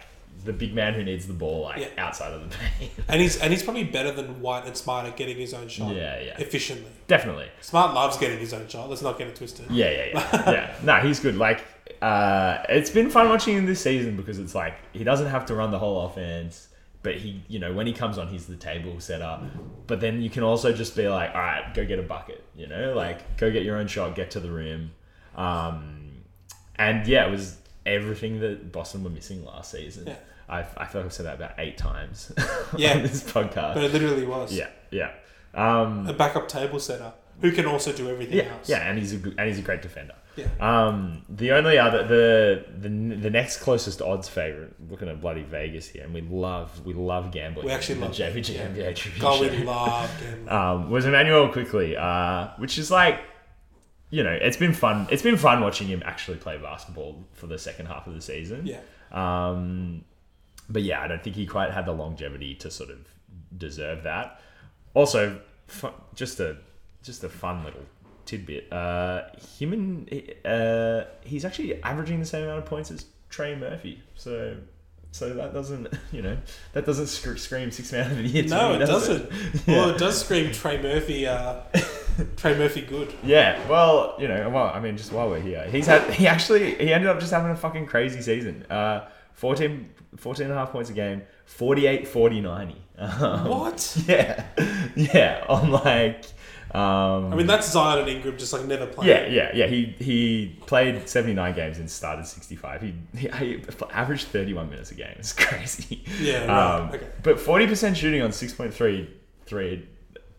the big man who needs the ball like Yeah. outside of the paint. And he's and he's probably better than White and Smart at getting his own shot Yeah, yeah. efficiently. Definitely. Smart loves getting his own shot. Let's not get it twisted. Yeah, yeah, yeah. yeah. No, he's good. Like uh, it's been fun watching him this season because it's like he doesn't have to run the whole offense, but he you know, when he comes on he's the table setter. But then you can also just be like, All right, go get a bucket, you know, like go get your own shot, get to the rim. Um, and yeah, it was everything that Boston were missing last season. Yeah. I, I feel like I've said that about eight times Yeah. on this podcast. But it literally was. yeah, yeah. Um, A backup table setter. who can also do everything Yeah, else. yeah, and he's a good, and he's a great defender. Yeah. Um, the only other the the the next closest odds favorite. Looking at bloody Vegas here, and we love we love gambling. We actually the love JVG yeah. NBA trivia God, we show. love gambling. um, was Emmanuel quickly, uh, which is like, you know, it's been fun. It's been fun watching him actually play basketball for the second half of the season. yeah. Um, but yeah, I don't think he quite had the longevity to sort of deserve that. Also, fu- just a just a fun little tidbit. Uh, him and uh, he's actually averaging the same amount of points as Trey Murphy. So. So that doesn't, you know, that doesn't sc- scream six man of the year. to No, me, it does doesn't. Well, it does scream Trey Murphy. Uh, Trey Murphy, good. Yeah, well, you know, well, I mean, just while we're here, he's had he actually he ended up just having a fucking crazy season. Uh, 14, 14 and a half points a game, 48, 40, 90. Um, What? Yeah, yeah. I'm like, um, I mean, that's Zion and Ingram just like never playing. yeah, yeah, yeah. He he played seventy nine games and started sixty five. He, he he averaged thirty one minutes a game. It's crazy. Yeah, right, Um, okay. But forty percent shooting on six point three three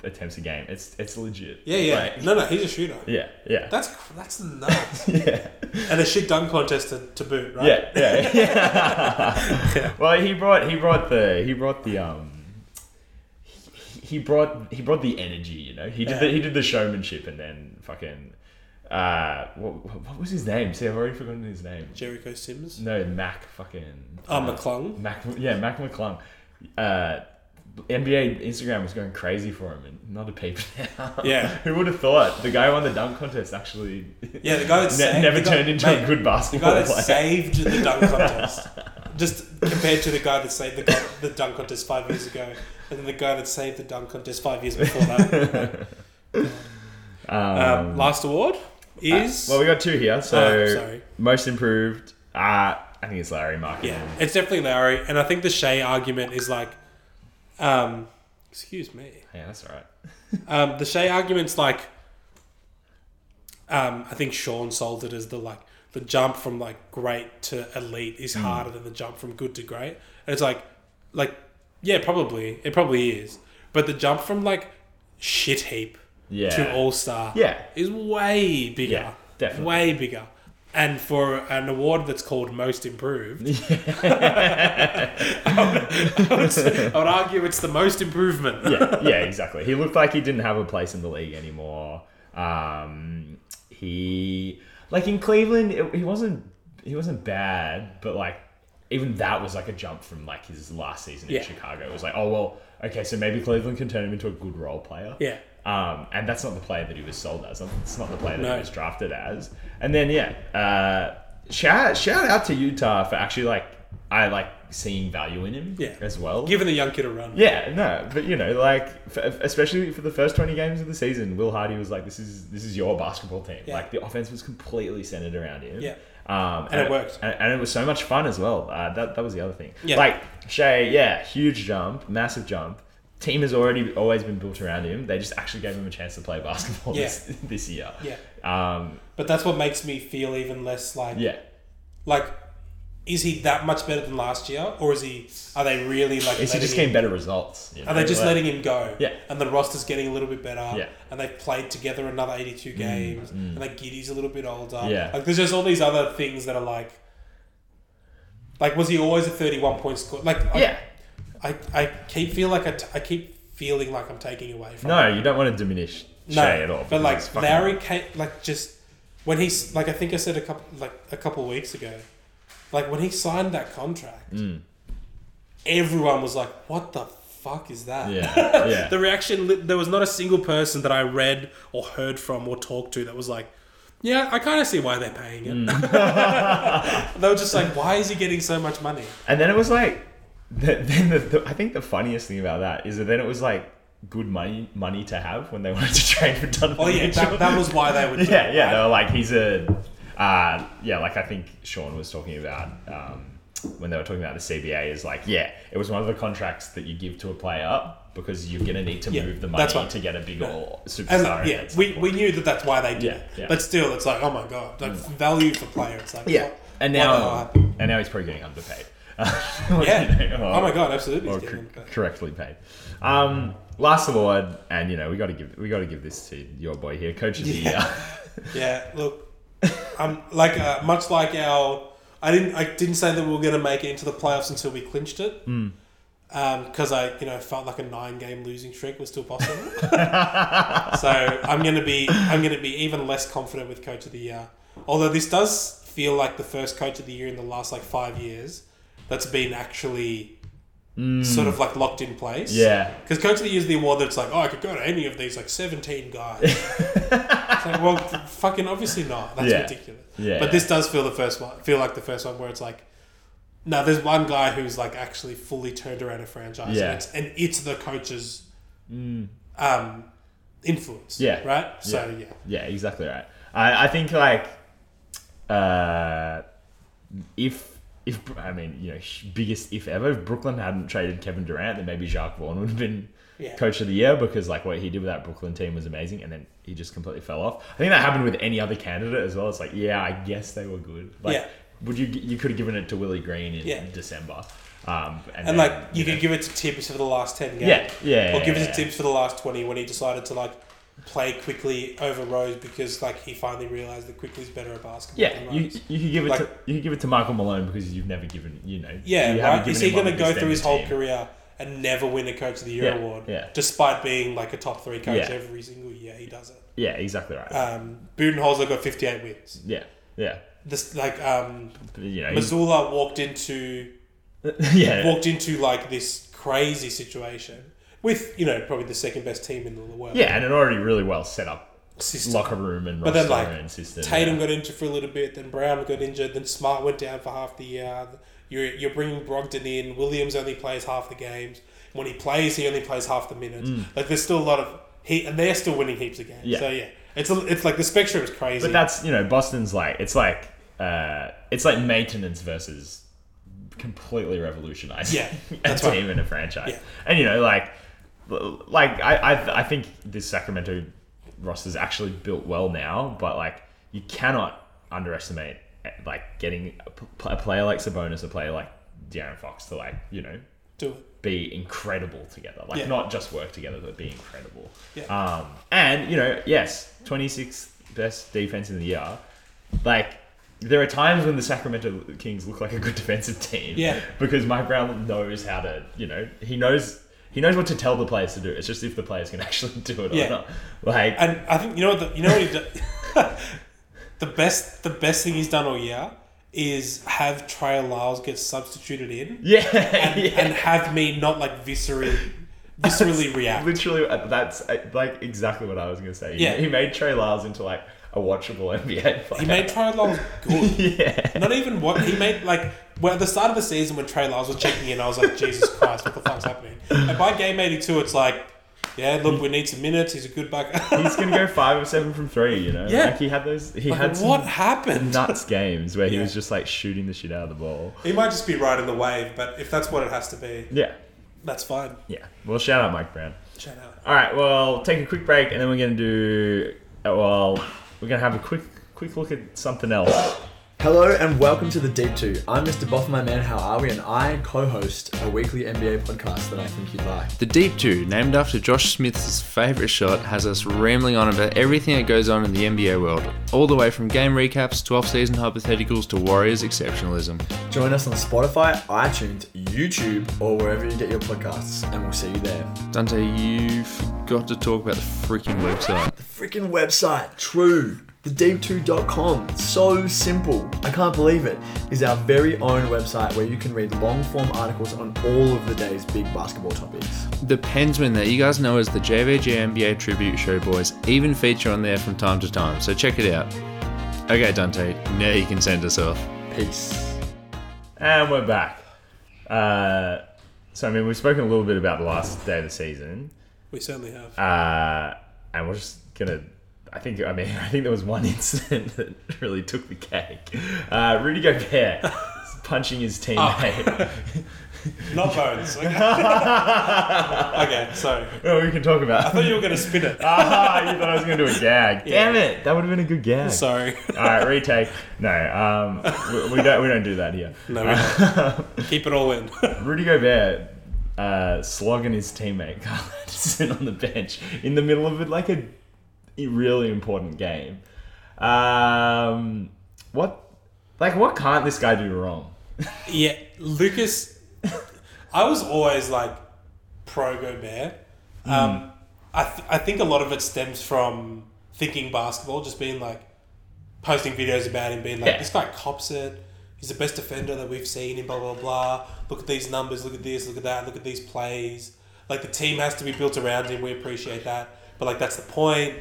attempts a game. It's it's legit. yeah, yeah. Like, no, no, he's a shooter. yeah, yeah. That's cr- that's nuts. yeah. and a shit dunk contest to, to boot, right? Yeah, yeah, yeah. well, he brought he brought the he brought the um he, he brought he brought the energy, you know. He did the, Yeah. he did the showmanship, and then fucking uh, what, what what was his name? See, I've already forgotten his name. Jericho Sims. No, Mac fucking uh, Oh, McClung. Mac yeah Mac McClung. Uh, NBA Instagram was going crazy for him, and not a peep now. Yeah. who would have thought the guy who won the dunk contest actually Yeah, the guy that ne- saved- never the guy- turned into mate, a good The basketball guy that player? saved the dunk contest. Just compared to the guy that saved the, gun- the dunk contest five years ago, and then the guy that saved the dunk contest five years before that. um, last uh, award is Well, we got two here. So Oh, sorry. most improved. Uh, I think it's Larry Mark. Yeah, it's definitely Lowry, and I think the Shea argument is like, um, excuse me, yeah, that's all right. um, the Shea argument's like, um, I think Sean sold it as the like the jump from like great to elite is Hmm. harder than the jump from good to great, and it's like, like, yeah, probably it probably is, but the jump from like shit heap Yeah. to all star Yeah. is way bigger, Yeah, definitely. way bigger. And for an award that's called Most Improved, I would, say- I would argue it's the most improvement. yeah, yeah, exactly. He looked like he didn't have a place in the league anymore. Um, he like in Cleveland, it, he wasn't he wasn't bad, but like even that was like a jump from like his last season Yeah. in Chicago. It was like, oh well, okay, so maybe Cleveland can turn him into a good role player. Yeah. Um, and that's not the player that he was sold as. That's not the player that No. he was drafted as. And then yeah, uh, shout shout out to Utah for actually like I like seeing value in him Yeah. as well. Giving the young kid a run. Yeah, no, but you know, like f- especially for the first twenty games of the season, Will Hardy was like, "This is this is your basketball team." Yeah. Like the offense was completely centered around him. Yeah. um, And it worked. and, and it was so much fun as well. Uh, that that was the other thing. Yeah. like Shea, yeah, huge jump, massive jump. Team has already always been built around him. They just actually gave him a chance to play basketball Yeah. this, this year. Yeah. Um, But that's what makes me feel even less like, yeah, like, is he that much better than last year, or is he? Are they really it's like? he letting just him- getting better results. you Are know, they just like- letting him go? Yeah. And the roster's getting a little bit better. Yeah. Mm, And they've played together another 82 games. And like Giddy's a little bit older. Yeah. Like there's just all these other things that are like, like was he always a 31 point score? Like I, Yeah. I, I keep feel like I, t- I keep feeling like I'm taking away from. No, you don't want to diminish Shea No, at all. But because it's like fucking- Larry, came, like just when he's like I think I said a couple like a couple weeks ago, like when he signed that contract, Mm. everyone was like, "What the fuck is that?" Yeah, yeah. the reaction li- there was not a single person that I read or heard from or talked to that was like, "Yeah, I kind of see why they're paying it." Mm. they were just like, "Why is he getting so much money?" And then it was like, the, then the, the, I think the funniest thing about that is that then it was like good money money to have when they wanted to trade for Donovan. Oh yeah, Mitchell. that, that was why they would. do yeah, it, yeah. right? They were like, he's a, uh, yeah, like I think Sean was talking about um, when they were talking about the CBA is like, yeah, it was one of the contracts that you give to a player because you're gonna need to Yeah, move the that's money right. to get a bigger And superstar. in yeah, it. we, we knew that that's why they did Yeah, it. yeah. Mm. But still, it's like, oh my god, like value for player. It's like, yeah. what- And why the hell now, happened? and now he's probably getting underpaid. yeah. oh my god, absolutely. or it's cor- different, but- correctly paid. Um, Last award, and you know we got to give we got to give this to your boy here, coach of the year. Yeah, look, I'm like uh, much like our. I didn't. I didn't say that we were going to make it into the playoffs until we clinched it, because I, you know, felt like a nine-game losing streak was still possible. so I'm going to be. I'm going to be even less confident with coach of the year. Although this does feel like the first coach of the year in the last like five years that's been actually sort of like locked in place. Yeah. Because coach of the year is the award that's like, oh, I could go to any of these like seventeen guys. It's like, well, f- fucking obviously not. That's Yeah. ridiculous. Yeah, But yeah. this does feel the first one. Feel like the first one where it's like, no, there's one guy who's like actually fully turned around a franchise. Yeah. Mm. And, it's, and it's the coach's um, influence. Yeah. Right. So yeah. Yeah, exactly right. I, I think like uh, if if I mean you know sh- biggest if ever if Brooklyn hadn't traded Kevin Durant, then maybe Jacques Vaughn would have been Yeah. coach of the year because like what he did with that Brooklyn team was amazing, and then he just completely fell off. I think that happened with any other candidate as well. It's like yeah, I guess they were good. Like, Yeah. Would you you could have given it to Willie Green in Yeah. December? Um, and, And then, like you know, could give it to Tibbs for the last ten games. yeah yeah Or give it yeah. to Tibbs for the last twenty when he decided to like play quickly over Rose because like he finally realized that quickly's better at basketball. Yeah, than you, Rose. you could give it Like- to you could give it to Michael Malone because you've never given you know Yeah, you haven't right. given Is he him one going with to go this through his standard whole team. career and never win a Coach of the Year Yeah, award, yeah. despite being like a top three coach Yeah. every single year? He does it. Yeah, exactly right. Um, Budenholzer got fifty eight wins. yeah, yeah, This like um, you know, he's- Missoula walked into yeah, walked into like this crazy situation with you know probably the second best team in the world. yeah, and an already really well set up System. locker room and But roster then, like, and system. Tatum got injured for a little bit, then Brown got injured, then Smart went down for half the year. You're, you're bringing Brogdon in. Williams only plays half the games. When he plays, he only plays half the minutes. Like there's still a lot of he, and they're still winning heaps of games. Mm. Yeah. So yeah, it's a, it's like the spectrum is crazy. But that's you know Boston's like it's like uh, it's like maintenance versus completely revolutionizing Yeah, a that's right. team and a franchise. Yeah. And you know like l- like I, I I think this Sacramento roster's actually built well now, but like you cannot underestimate eh, like getting a, p- a player like Sabonis, a player like De'Aaron Fox to like you know do it. be incredible together. Like Yeah. not just work together, but be incredible. Yeah. Um, and you know, yes, 26th best defense in the year. Like there are times when the Sacramento Kings look like a good defensive team. Yeah. Because Mike Brown knows how to, you know, he knows he knows what to tell the players to do. It's just if the players can actually do it Yeah. or not. Like And I think you know what the, you know what he do- the best the best thing he's done all year is have Trey Lyles get substituted in yeah, and, yeah. and have me not like viscerally viscerally react. Literally, uh, that's uh, like exactly what I was gonna say. He- Yeah. he made Trey Lyles into like a watchable NBA player. He made Trey Lyles good. Not even what he made. Like well, at the start of the season when Trey Lyles was checking in, I was like, Jesus Christ, what the fuck's happening? And by game eighty two, it's like, yeah, look, we need some minutes. He's a good buck. he's gonna go five or seven from three. You know, Yeah. like he had those. He had some what happened? nuts games where he was Yeah. just like shooting the shit out of the ball. He might just be riding the wave, but if that's what it has to be, Yeah, that's fine. yeah. Well, shout out Mike Brown. Shout out. All right, well, take a quick break, and then we're gonna do. uh, Well, we're gonna have a quick, quick look at something else. Hello and welcome to the Deep Two. I'm Mr. Boff, my man. How are we? And I co-host a weekly NBA podcast that I think you'd like. The Deep Two, named after Josh Smith's favourite shot, has us rambling on about everything that goes on in the NBA world, all the way from game recaps to off-season hypotheticals to Warriors exceptionalism. Join us on Spotify, iTunes, YouTube, or wherever you get your podcasts, and we'll see you there. Dante, you forgot to talk about the freaking website. The freaking website, true. TheDeep2.com, so simple. I can't believe it. Is our very own website where you can read long form articles on all of the day's big basketball topics. The Pensmen that you guys know as the JVJ NBA Tribute Show Boys even feature on there from time to time, so check it out. Okay, Dante, now you can send us off. Peace. And we're back. Uh, so I mean, we've spoken a little bit about the last day of the season, We certainly have. uh, and we're just gonna. I think I mean I think there was one incident that really took the cake. Uh, Rudy Gobert punching his Oh. teammate. Not bones. Okay, okay sorry. Oh, we can talk about. I thought you were going to spin it. ah, you thought I was gonna do a gag. Damn it, that would have been a good gag. Sorry. All right, retake. No, um, we, we don't. We don't do that here. No, we don't. Keep it all in. Rudy Gobert uh, uh, slogging his teammate Carl Anderson on the bench in the middle of like a really important game. Um, what, like, what can't this guy do wrong? Yeah, Lucas. I was always like pro Gobert. Um, I, th- I think a lot of it stems from thinking basketball, just being like posting videos about him, being like, Yeah. this guy cops it. He's the best defender that we've seen, and blah, blah, blah. Look at these numbers, look at this, look at that, look at these plays. Like, the team has to be built around him. We appreciate that. But, like, that's the point.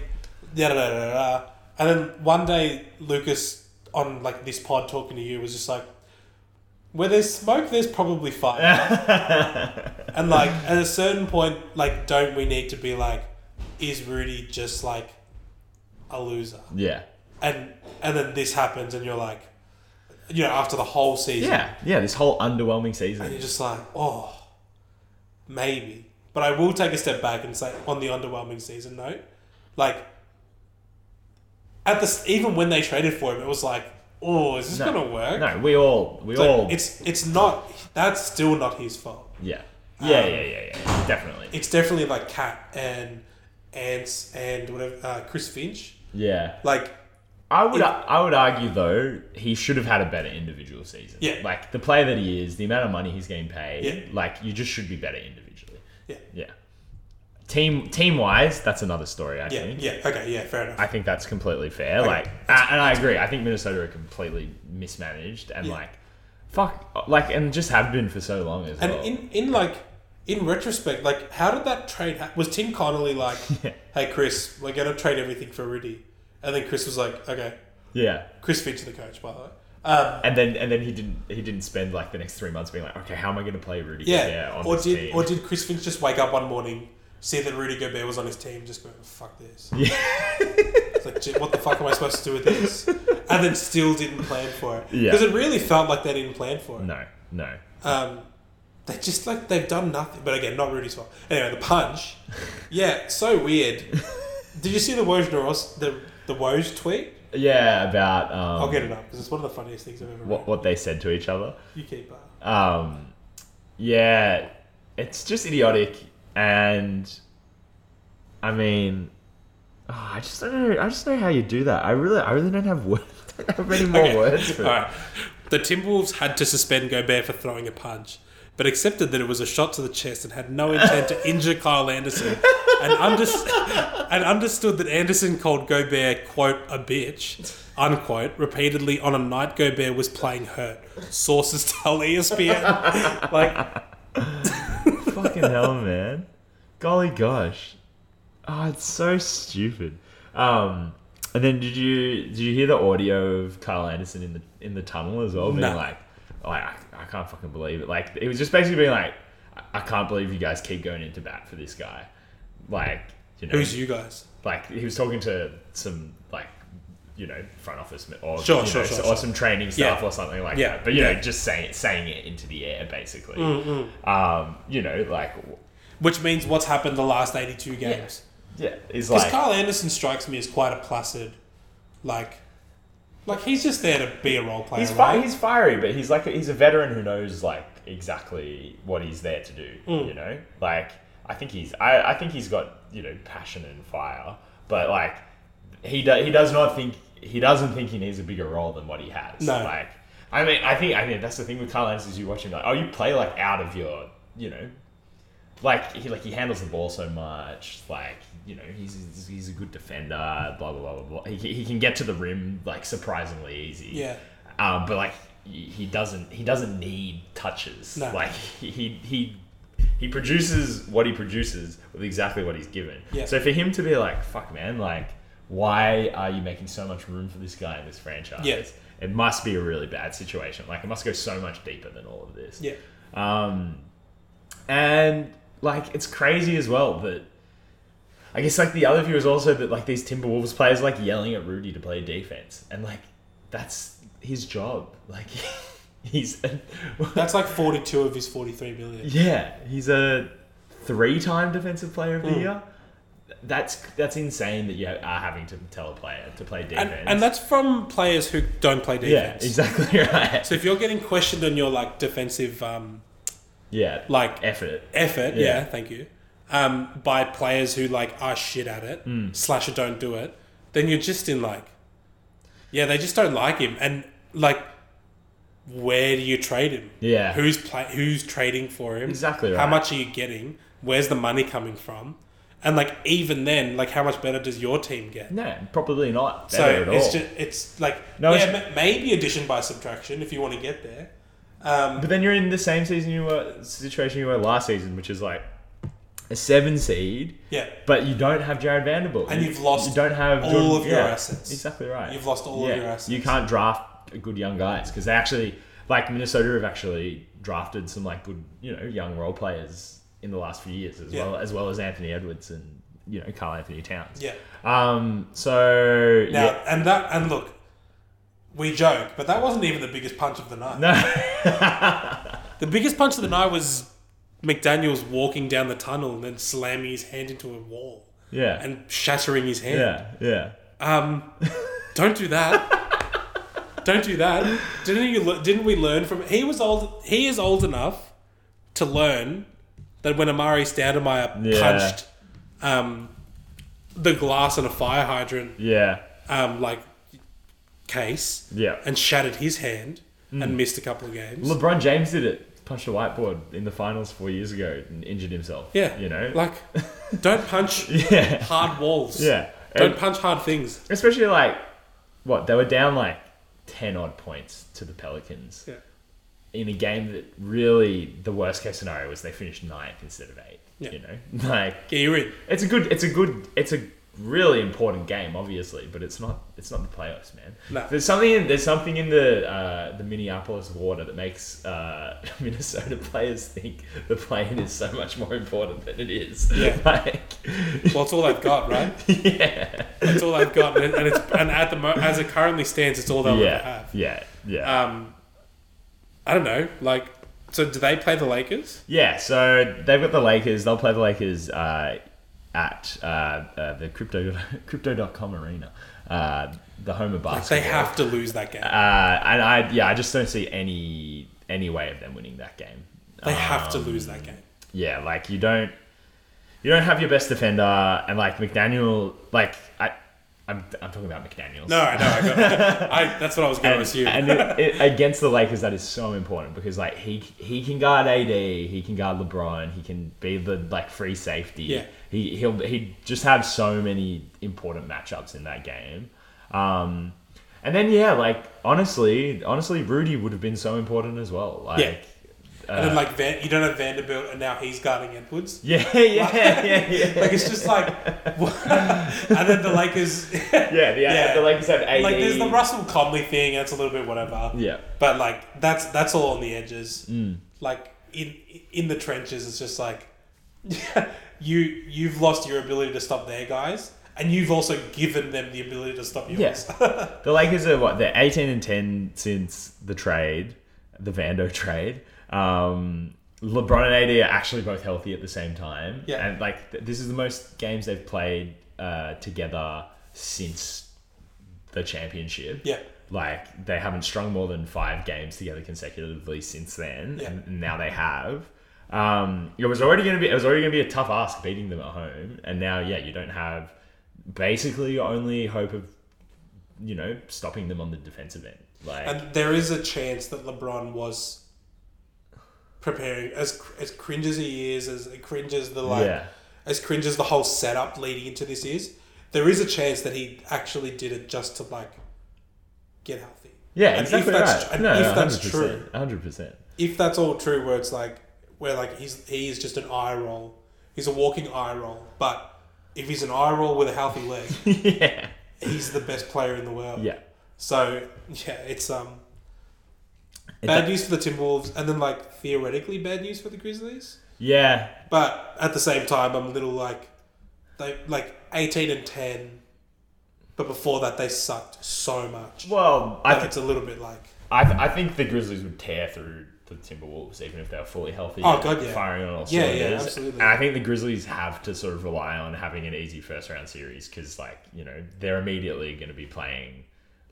Da, da, da, da, da. And then one day, Lucas, on like this pod talking to you, was just like, where there's smoke, there's probably fire. and like at a certain point, like don't we need to be like, is Rudy just like a loser? Yeah. And and then this happens, and you're like, you know, after the whole season, Yeah. Yeah. This whole underwhelming and you're season. just like, oh, maybe. But I will take a step back and say, on the underwhelming season note, like, at this, even when they traded for him, it was like, oh, is this No. gonna work? No, we all, we It's like, all. it's it's not. That's still not his fault. yeah. Um, Yeah, yeah, yeah, yeah. Definitely. It's definitely like Cat and Ants and whatever uh, Chris Finch. Yeah. Like I would I would argue though he should have had a better individual season. Yeah. Like the player that he is, the amount of money he's getting paid. Yeah. Like you just should be better individually. Yeah. Yeah. Team team wise, that's another story. I yeah think. yeah okay yeah fair enough. I think that's completely fair. Like, uh, and I agree. I think Minnesota are completely mismanaged and Yeah. like, fuck, like, and just have been for so long as and well. in in like in retrospect, like how did that trade? Ha- was Tim Connolly like, hey Chris, we're gonna trade everything for Rudy, and then Chris was like, okay, yeah. Chris Finch the coach by the way. Um, And then and then he didn't he didn't spend like the next three months being like, okay, how am I going to play Rudy? yeah, Gobert on or this did team? or did Chris Finch just wake up one morning? See that Rudy Gobert was on his team, just go fuck this. Yeah. It's like, "Gee, what the fuck am I supposed to do with this? And then still didn't plan for it. Yeah. Because it really felt like they didn't plan for it. no, no. Um, they just like they've done nothing. But again, not Rudy's fault. Anyway, the punch. Yeah, so weird. Did you see the Woj Noros the the Woj tweet? Yeah, about um, I'll get it up because it's one of the funniest things I've ever what read. what they said to each other. You keep up. Um, yeah, it's just idiotic, and I mean, oh, I just don't know. I just don't know how you do that. I really, I really don't have words. I don't have any more Okay. words. For All right. The Timberwolves had to suspend Gobert for throwing a punch, but accepted that it was a shot to the chest and had no intent to injure Kyle Anderson, and, underst- and understood that Anderson called Gobert "quote a bitch." Unquote, repeatedly on a night Gobert was playing hurt. Sources tell E ESPN. like, it. Fucking hell, man! Golly gosh, oh, it's so stupid. Um, and then did you did you hear the audio of Carl Anderson in the in the tunnel as well? Being No. like, like I, I can't fucking believe it. Like it was just basically being like, I, I can't believe you guys keep going into bat for this guy. Like you know, who's you guys? like he was talking to some like you know front office mi- or Sure, you sure, know, sure, or sure. some training staff Yeah. or something like Yeah, that. But you know, yeah. Mm, just saying saying it into the air basically. Um, you know, like w- Which means what's happened the last eighty-two games. yeah, is Because like Kyle Anderson strikes me as quite a placid, like, like he's just there to be a role player. he's right? fi- he's fiery, but he's like he's a veteran who knows like exactly what he's there to do. Hmm. You know, like I think he's I, I think he's got you know passion and fire, but like he do, he does not think he doesn't think he needs a bigger role than what he has. No. like I mean I think I mean that's the thing with Carl Anderson is you watch him like oh you play like out of your you know. Like he like he handles the ball so much, like you know he's he's- he's a good defender, blah blah blah blah blah. He, he can get to the rim like surprisingly easy. Yeah. Um, but like he he doesn't he doesn't need touches. No. Like he he he- he produces what he produces with exactly what he's given. Yeah. So for him to be like, fuck man, like why are you making so much room for this guy in this franchise? Yeah. It must be a really bad situation. Like it must go so much deeper than all of this. yeah. Um, and like it's crazy as well that I guess like the other view is also that like these Timberwolves players like yelling at Rudy to play defense, and like that's his job. Like he's a, That's like 42 of his 43 million. yeah, he's a three-time defensive player Hmm. of the year. That's that's insane that you are having to tell a player to play And, defense. and that's from players who don't play yeah, defense. exactly right. So if you're getting questioned on your like defensive um, Yeah. Like effort. effort. Yeah. Yeah, thank you. Um, by players who like are shit at it, Hmm. slash or don't do it, then you're just in like, yeah, they just don't like him, and like, where do you trade him? Yeah. who's play? Who's trading for him? Exactly How right. much are you getting? Where's the money coming from? And like, even then, like, how much better does your team get? No, probably not. So better at it's all. just it's like No, yeah, it's- ma- maybe addition by subtraction if you want to get there. Um, But then you're in the same season you were situation you were last season, which is like a seven seed. yeah, But you don't have Jared Vanderbilt, And You- you've lost You don't have all Jordan- of your yeah, assets. Exactly right. You've lost all of your assets. You can't draft good young guys because they actually, like Minnesota, have actually drafted some like good, you know, young role players in the last few years as Yeah. well as well as Anthony Edwards and you know Carl Anthony Towns. yeah. Um. So Now yeah. and that and look, we joke, but that wasn't even the biggest punch of the night. No. The biggest punch of the night was McDaniel's walking down the tunnel and then slamming his hand into a wall yeah. and shattering his hand. yeah. Yeah. Um, don't do that. don't do that. Didn't you? le- Didn't we learn from? He was old. He is old enough to learn that when Amari Stoudemire Yeah. uh, punched um, the glass in a fire hydrant, Yeah. um, like case, Yeah. Hmm. and shattered his hand and missed a couple of games. LeBron James did it. Punched a whiteboard in the finals four years ago and injured himself. yeah, You know. like don't punch Yeah. hard walls. Yeah. don't And- punch hard things. especially like what they were down like 10 odd points to the pelicans Yeah, in a game that really the worst case scenario was they finished ninth instead of eighth Yeah. you know like yeah, you're in. it's a good it's a good it's a really important game obviously but it's not it's not the playoffs man No. there's something in, there's something in the uh, the minneapolis water that makes uh, minnesota players think the plane is so much more important than it is Yeah. like Well, it's all they've got, right? yeah, it's all they've got, and, and it's and at the mo- as it currently stands, it's all they'll ever yeah have. yeah yeah Um, I don't know. Like, so do they play the Lakers? Yeah, so they've got the Lakers. They'll play the Lakers uh, at uh, uh, the crypto crypto.com arena, uh, the home of basketball. They have to lose that game. Uh, and I yeah, I just don't see any any way of them winning that game. They have to Um. lose that game. Yeah, like you don't you don't have your best defender, and like McDaniel, like I. I'm, I'm talking about McDaniels. No, I know. I, got, I that's what I was going to and, assume. and it, it, against the Lakers, that is so important because like he he can guard AD, he can guard LeBron, he can be the like free safety. Yeah. he he'll he just have so many important matchups in that game. Um, and then yeah, like honestly, honestly, Rudy would have been so important as well. Like, Yeah. and uh, then like Van, you don't have Vanderbilt, and now he's guarding Edwards. yeah, yeah, yeah, yeah. Like it's just like, and then the Lakers. Yeah, the, Yeah. the Lakers have AD. like there's the Russell Conley thing. That's a little bit whatever. Yeah. Mm. But like that's that's all on the edges. Like in in the trenches, it's just like you you've lost your ability to stop their guys, and you've also given them the ability to stop yours. Yes. the Lakers are what? They're 18 and 10 since the trade, the Vando trade. Um, LeBron and AD are actually both healthy at the same time. Yeah. And like, th- this is the most games they've played uh, together since the championship. Yeah. Like, they haven't strung more than five games together consecutively since then. Yeah. And now they have. Um, it was already gonna be it was already gonna be a tough ask beating them at home, and now yeah, you don't have basically your only hope of you know, stopping them on the defensive end. Like, And there is a chance that LeBron was preparing as cr- as cringe as he is, as cringe as the like, Yeah. as cringe as the whole setup leading into this is. There is a chance that he actually did it just to like get healthy. yeah, and exactly if that's, right. And no, if that's 100%, true, 100%. if that's all true, where it's like where like he's he is just an eye roll. He's a walking eye roll. But if he's an eye roll with a healthy leg, yeah. he's the best player in the world. Yeah. So yeah, it's um It- bad news for the Timberwolves, and then like theoretically bad news for the Grizzlies. Yeah. But at the same time, I'm a little like they like 18 and 10, but before that they sucked so much. Well, I, Like, th- it's a little bit like I, th- I think the Grizzlies would tear through the Timberwolves even if they were fully healthy. Oh, and God, yeah. Firing on all Yeah, yeah, cylinders. absolutely. And I think the Grizzlies have to sort of rely on having an easy first round series because, like, you know, they're immediately going to be playing,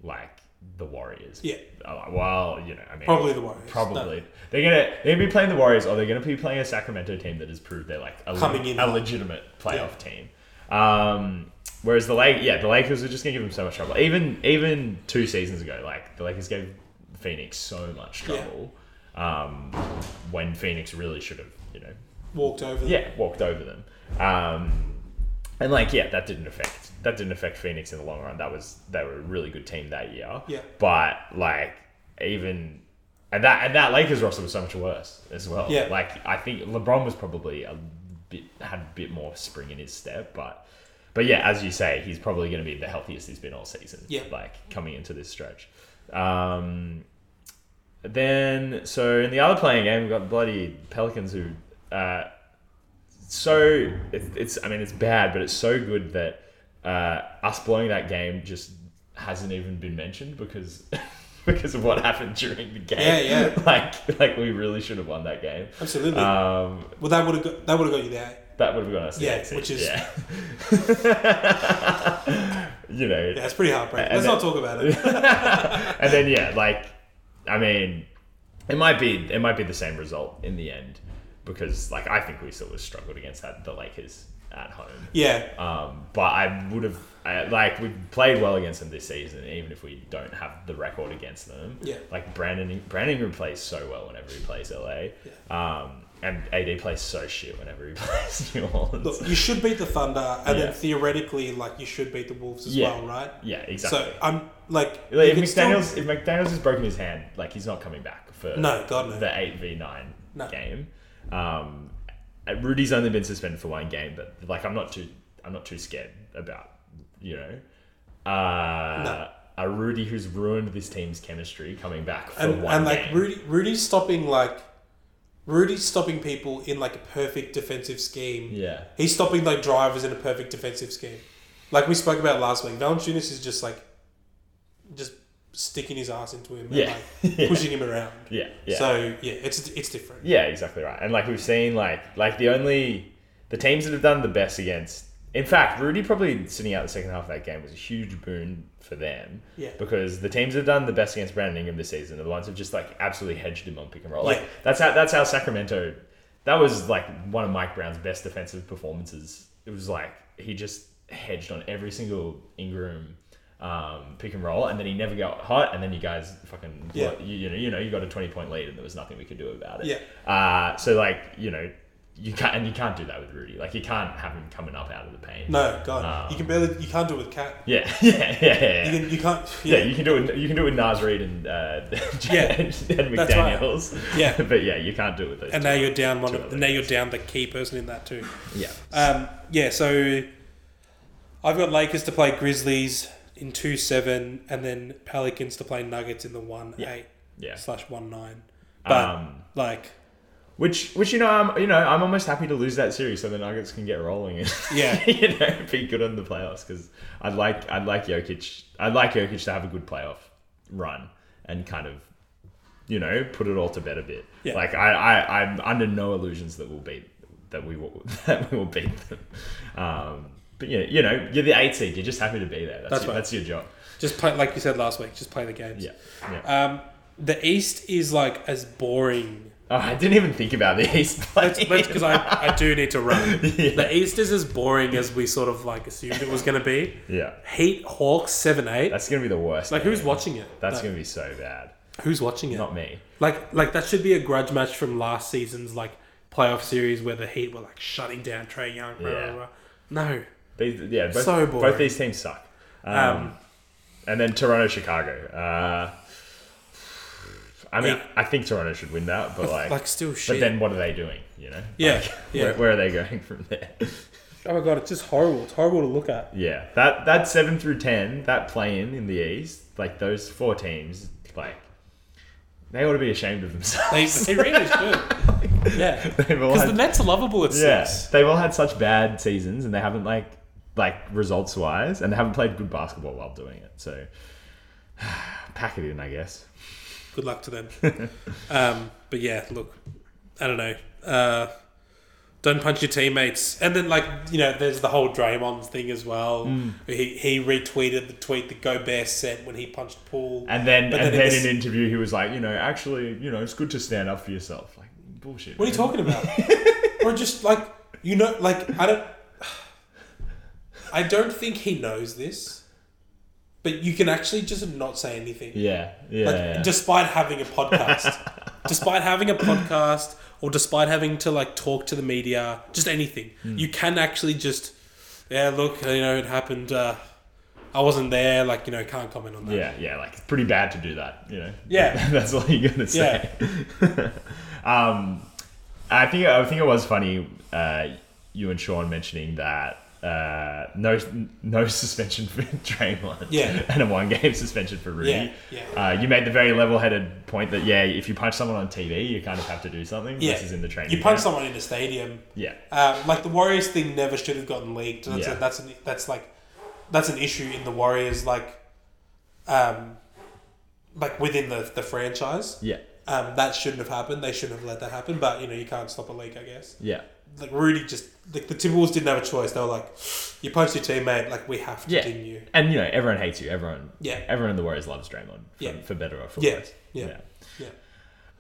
like, the Warriors. Yeah. Uh, well, you know, I mean, Probably the Warriors. Probably they're gonna they're gonna be playing the Warriors, or they're gonna be playing a Sacramento team that has proved they're like a, le- Coming in. a legitimate playoff team. Um, whereas the Lake, yeah, the Lakers are just gonna give them so much trouble. Even even two seasons ago, like the Lakers gave Phoenix so much Yeah. trouble um, when Phoenix really should have, you know, Walked over. them. yeah, walked over them. Um, and like, yeah, that didn't affect that didn't affect Phoenix in the long run. That was they were a really good team that year. Yeah. But like, even and that and that Lakers roster was so much worse as well. Yeah. Like I think LeBron was probably a bit had a bit more spring in his step, but but yeah, as you say, he's probably going to be the healthiest he's been all season. Yeah. Like coming into this stretch. Um, then so in the other playing game, we've got bloody Pelicans who. Uh, so it, it's I mean it's bad, but it's so good that uh, us blowing that game just hasn't even been mentioned because because of what happened during the game. Yeah, yeah. like like we really should have won that game. Absolutely. Um, well, that would have got, that would have got you there. that would have gone us. to Yeah, exit, which is- yeah. you know, Yeah, it's pretty heartbreaking. And Let's then- not talk about it. and then yeah, like I mean, it might be it might be the same result in the end because like I think we still would've struggled against that the Lakers at home. yeah. Um, but I would have I, like we played well against them this season, even if we don't have the record against them. Yeah. Like Brandon, Brandon Ingram plays so well whenever he plays LA. Um, and AD plays so shit whenever he plays New Orleans. Look, you should beat the Thunder, and Yeah. then theoretically, like you should beat the Wolves as Yeah. well, right? yeah, exactly. So I'm like, Like, you if can still- McDaniel's if McDaniel's has broken his hand, like he's not coming back for No, God, no. the eight v nine No. game. Um, and Rudy's only been suspended for one game, but like I'm not too I'm not too scared about you know uh, No. a Rudy who's ruined this team's chemistry coming back for and, one and like game. Rudy, Rudy's stopping like Rudy's stopping people in like a perfect defensive scheme. yeah, He's stopping like drivers in a perfect defensive scheme. Like we spoke about last week, Valanciunas is just like just sticking his ass into him Yeah. and like Yeah. pushing him around. yeah, yeah. So yeah, it's it's different. Yeah, exactly right. And like we've seen, like like the only the teams that have done the best against. In fact, Rudy probably sitting out the second half of that game was a huge boon for them. Yeah. Because the teams that have done the best against Brandon Ingram this season are the ones who've just like absolutely hedged him on pick and roll. Like Yeah. that's how that's how Sacramento. That was like one of Mike Brown's best defensive performances. It was like he just hedged on every single Ingram um, pick and roll, and then he never got hot, and then you guys fucking Yeah. you, you know you know you got a twenty point lead, and there was nothing we could do about it. Yeah. Uh, so like you know, you can't and you can't do that with Rudy. Like you can't have him coming up out of the paint. No, God, Um, you can barely you can't do it with Cat. Yeah, yeah, yeah, yeah. You yeah. can you can't. Yeah, you can do it. You can do it with Nas Reed and uh, Yeah, and that's right. McDaniel's. Yeah. but yeah, you can't do it with those. and two. now you're down one. two Of, other now you're down the key person in that too. yeah, Um, yeah, so I've got Lakers to play Grizzlies in two seven, and then Pelicans to play Nuggets in the one eight yeah. slash one nine. But Um, like, Which, which you know, I'm you know, I'm almost happy to lose that series so the Nuggets can get rolling and Yeah. you know, be good on the playoffs because I'd like I'd like Jokic I'd like Jokic to have a good playoff run and kind of you know put it all to bed a bit. Yeah. Like I, I I'm under no illusions that we'll beat that we will that we will beat them. Um, but yeah, you know, you're the eight seed. You're just happy to be there. That's That's your, right. that's your job. just play like you said last week. Just play the games. Yeah. yeah. Um, the East is like as boring. oh, I didn't even think about the East. That's because I, I do need to run. The East is as boring as we sort of like assumed it was going to be. yeah. Heat Hawks seven eight. That's gonna be the worst. like who's game. watching it? That's Like, gonna be so bad. who's watching it? Not me. Like like that should be a grudge match from last season's like playoff series where the Heat were like shutting down Trey Young. Blah, Yeah. blah, blah. No. These, yeah, both, So boring. both these teams suck. Um, Um, and then Toronto, Chicago. Uh, I mean, Yeah. I think Toronto should win that, but like, like, still But shit. then, what are they doing? You know? Yeah, Like, yeah. Where, where are they going from there? Oh my god, it's just horrible. It's horrible to look at. yeah, that that seven through ten, that play-in in the East, like those four teams, like they ought to be ashamed of They, themselves. they really should. Yeah. They've all Because the had, Nets are lovable at yeah, six. they've all had such bad seasons, and they haven't like like results wise, and they haven't played good basketball while doing it. So, pack it in, I guess. Good luck to them. um, but yeah, look, I don't know. Uh, Don't punch your teammates. And then, like, you know, there's the whole Draymond thing as well. Mm. He, he retweeted the tweet that Gobert sent when he punched Paul. And then, But and it then was- in an interview, he was like, you know, actually, you know, it's good to stand up for yourself. Like, bullshit. What are you man. talking about? or just like you know, like I don't. I don't think he knows this, but you can actually just not say anything. Yeah, yeah. like, yeah. despite having a podcast, despite having a podcast, or despite having to like talk to the media, just anything, Hmm. you can actually just, yeah, look, you know, it happened. Uh, I wasn't there. Like, you know, can't comment on that. Yeah, yeah, like it's pretty bad to do that, you know. Yeah. that's all you gotta say. um, I think I think it was funny uh, you and Sean mentioning that uh, no no suspension for Draymond, Yeah. and a one game suspension for Rudy. Yeah, yeah. Uh, you made the very level headed point that yeah, if you punch someone on TV, you kind of have to do something. yeah. This is in the training. You punch camp. someone in a stadium. Yeah, Uh, like the Warriors thing never should have gotten leaked. That's Yeah. a, that's an, that's like that's an issue in the Warriors, like um, like within the the franchise. yeah, Um, that shouldn't have happened. They shouldn't have let that happen. But you know, you can't stop a leak, I guess. yeah. Like Rudy just like the Timberwolves didn't have a choice. They were like, "You punched your teammate. Like we have to Yeah. ding you." And you know, everyone hates you. Everyone, Yeah. everyone in the Warriors loves Draymond. For, Yeah. for better or for Yeah, worse. yeah. Yeah.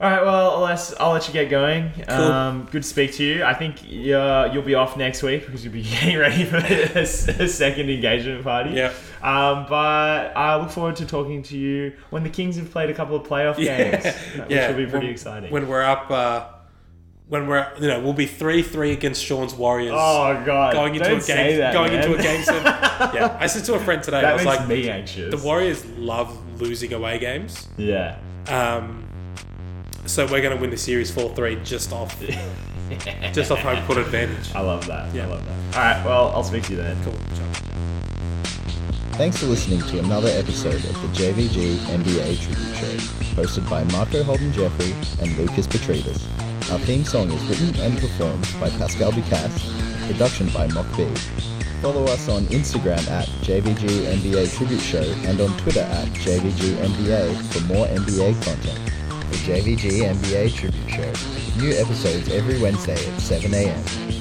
All right. Well, Les, I'll let you get going. Um, good to speak to you. I think you're, you'll be off next week because you'll be getting ready for a, s- a second engagement party. Yeah. Um, but I look forward to talking to you when the Kings have played a couple of playoff games, which will be pretty when, exciting. When we're up, uh, when we're you know, we'll be three three against Sean's Warriors. oh God! going into don't a say game, that, going man. into a game. seven. yeah, I said to a friend today, That I was makes like, me anxious. the Warriors love losing away games. Yeah. Um, so we're going to win the series four three just off, just off home court advantage. I love that. I Yeah. love that. All right. Well, I'll speak to you then. Cool. Ciao. Thanks for listening to another episode of the JVG NBA Tribute Show, hosted by Marco Holden Jeffrey and Lucas Petridis. Our theme song is written and performed by Pascal Ducasse, production by Mock B. Follow us on Instagram at JVG NBA Tribute Show and on Twitter at JVG NBA for more NBA content. The JVG NBA Tribute Show. New episodes every Wednesday at 7 a.m.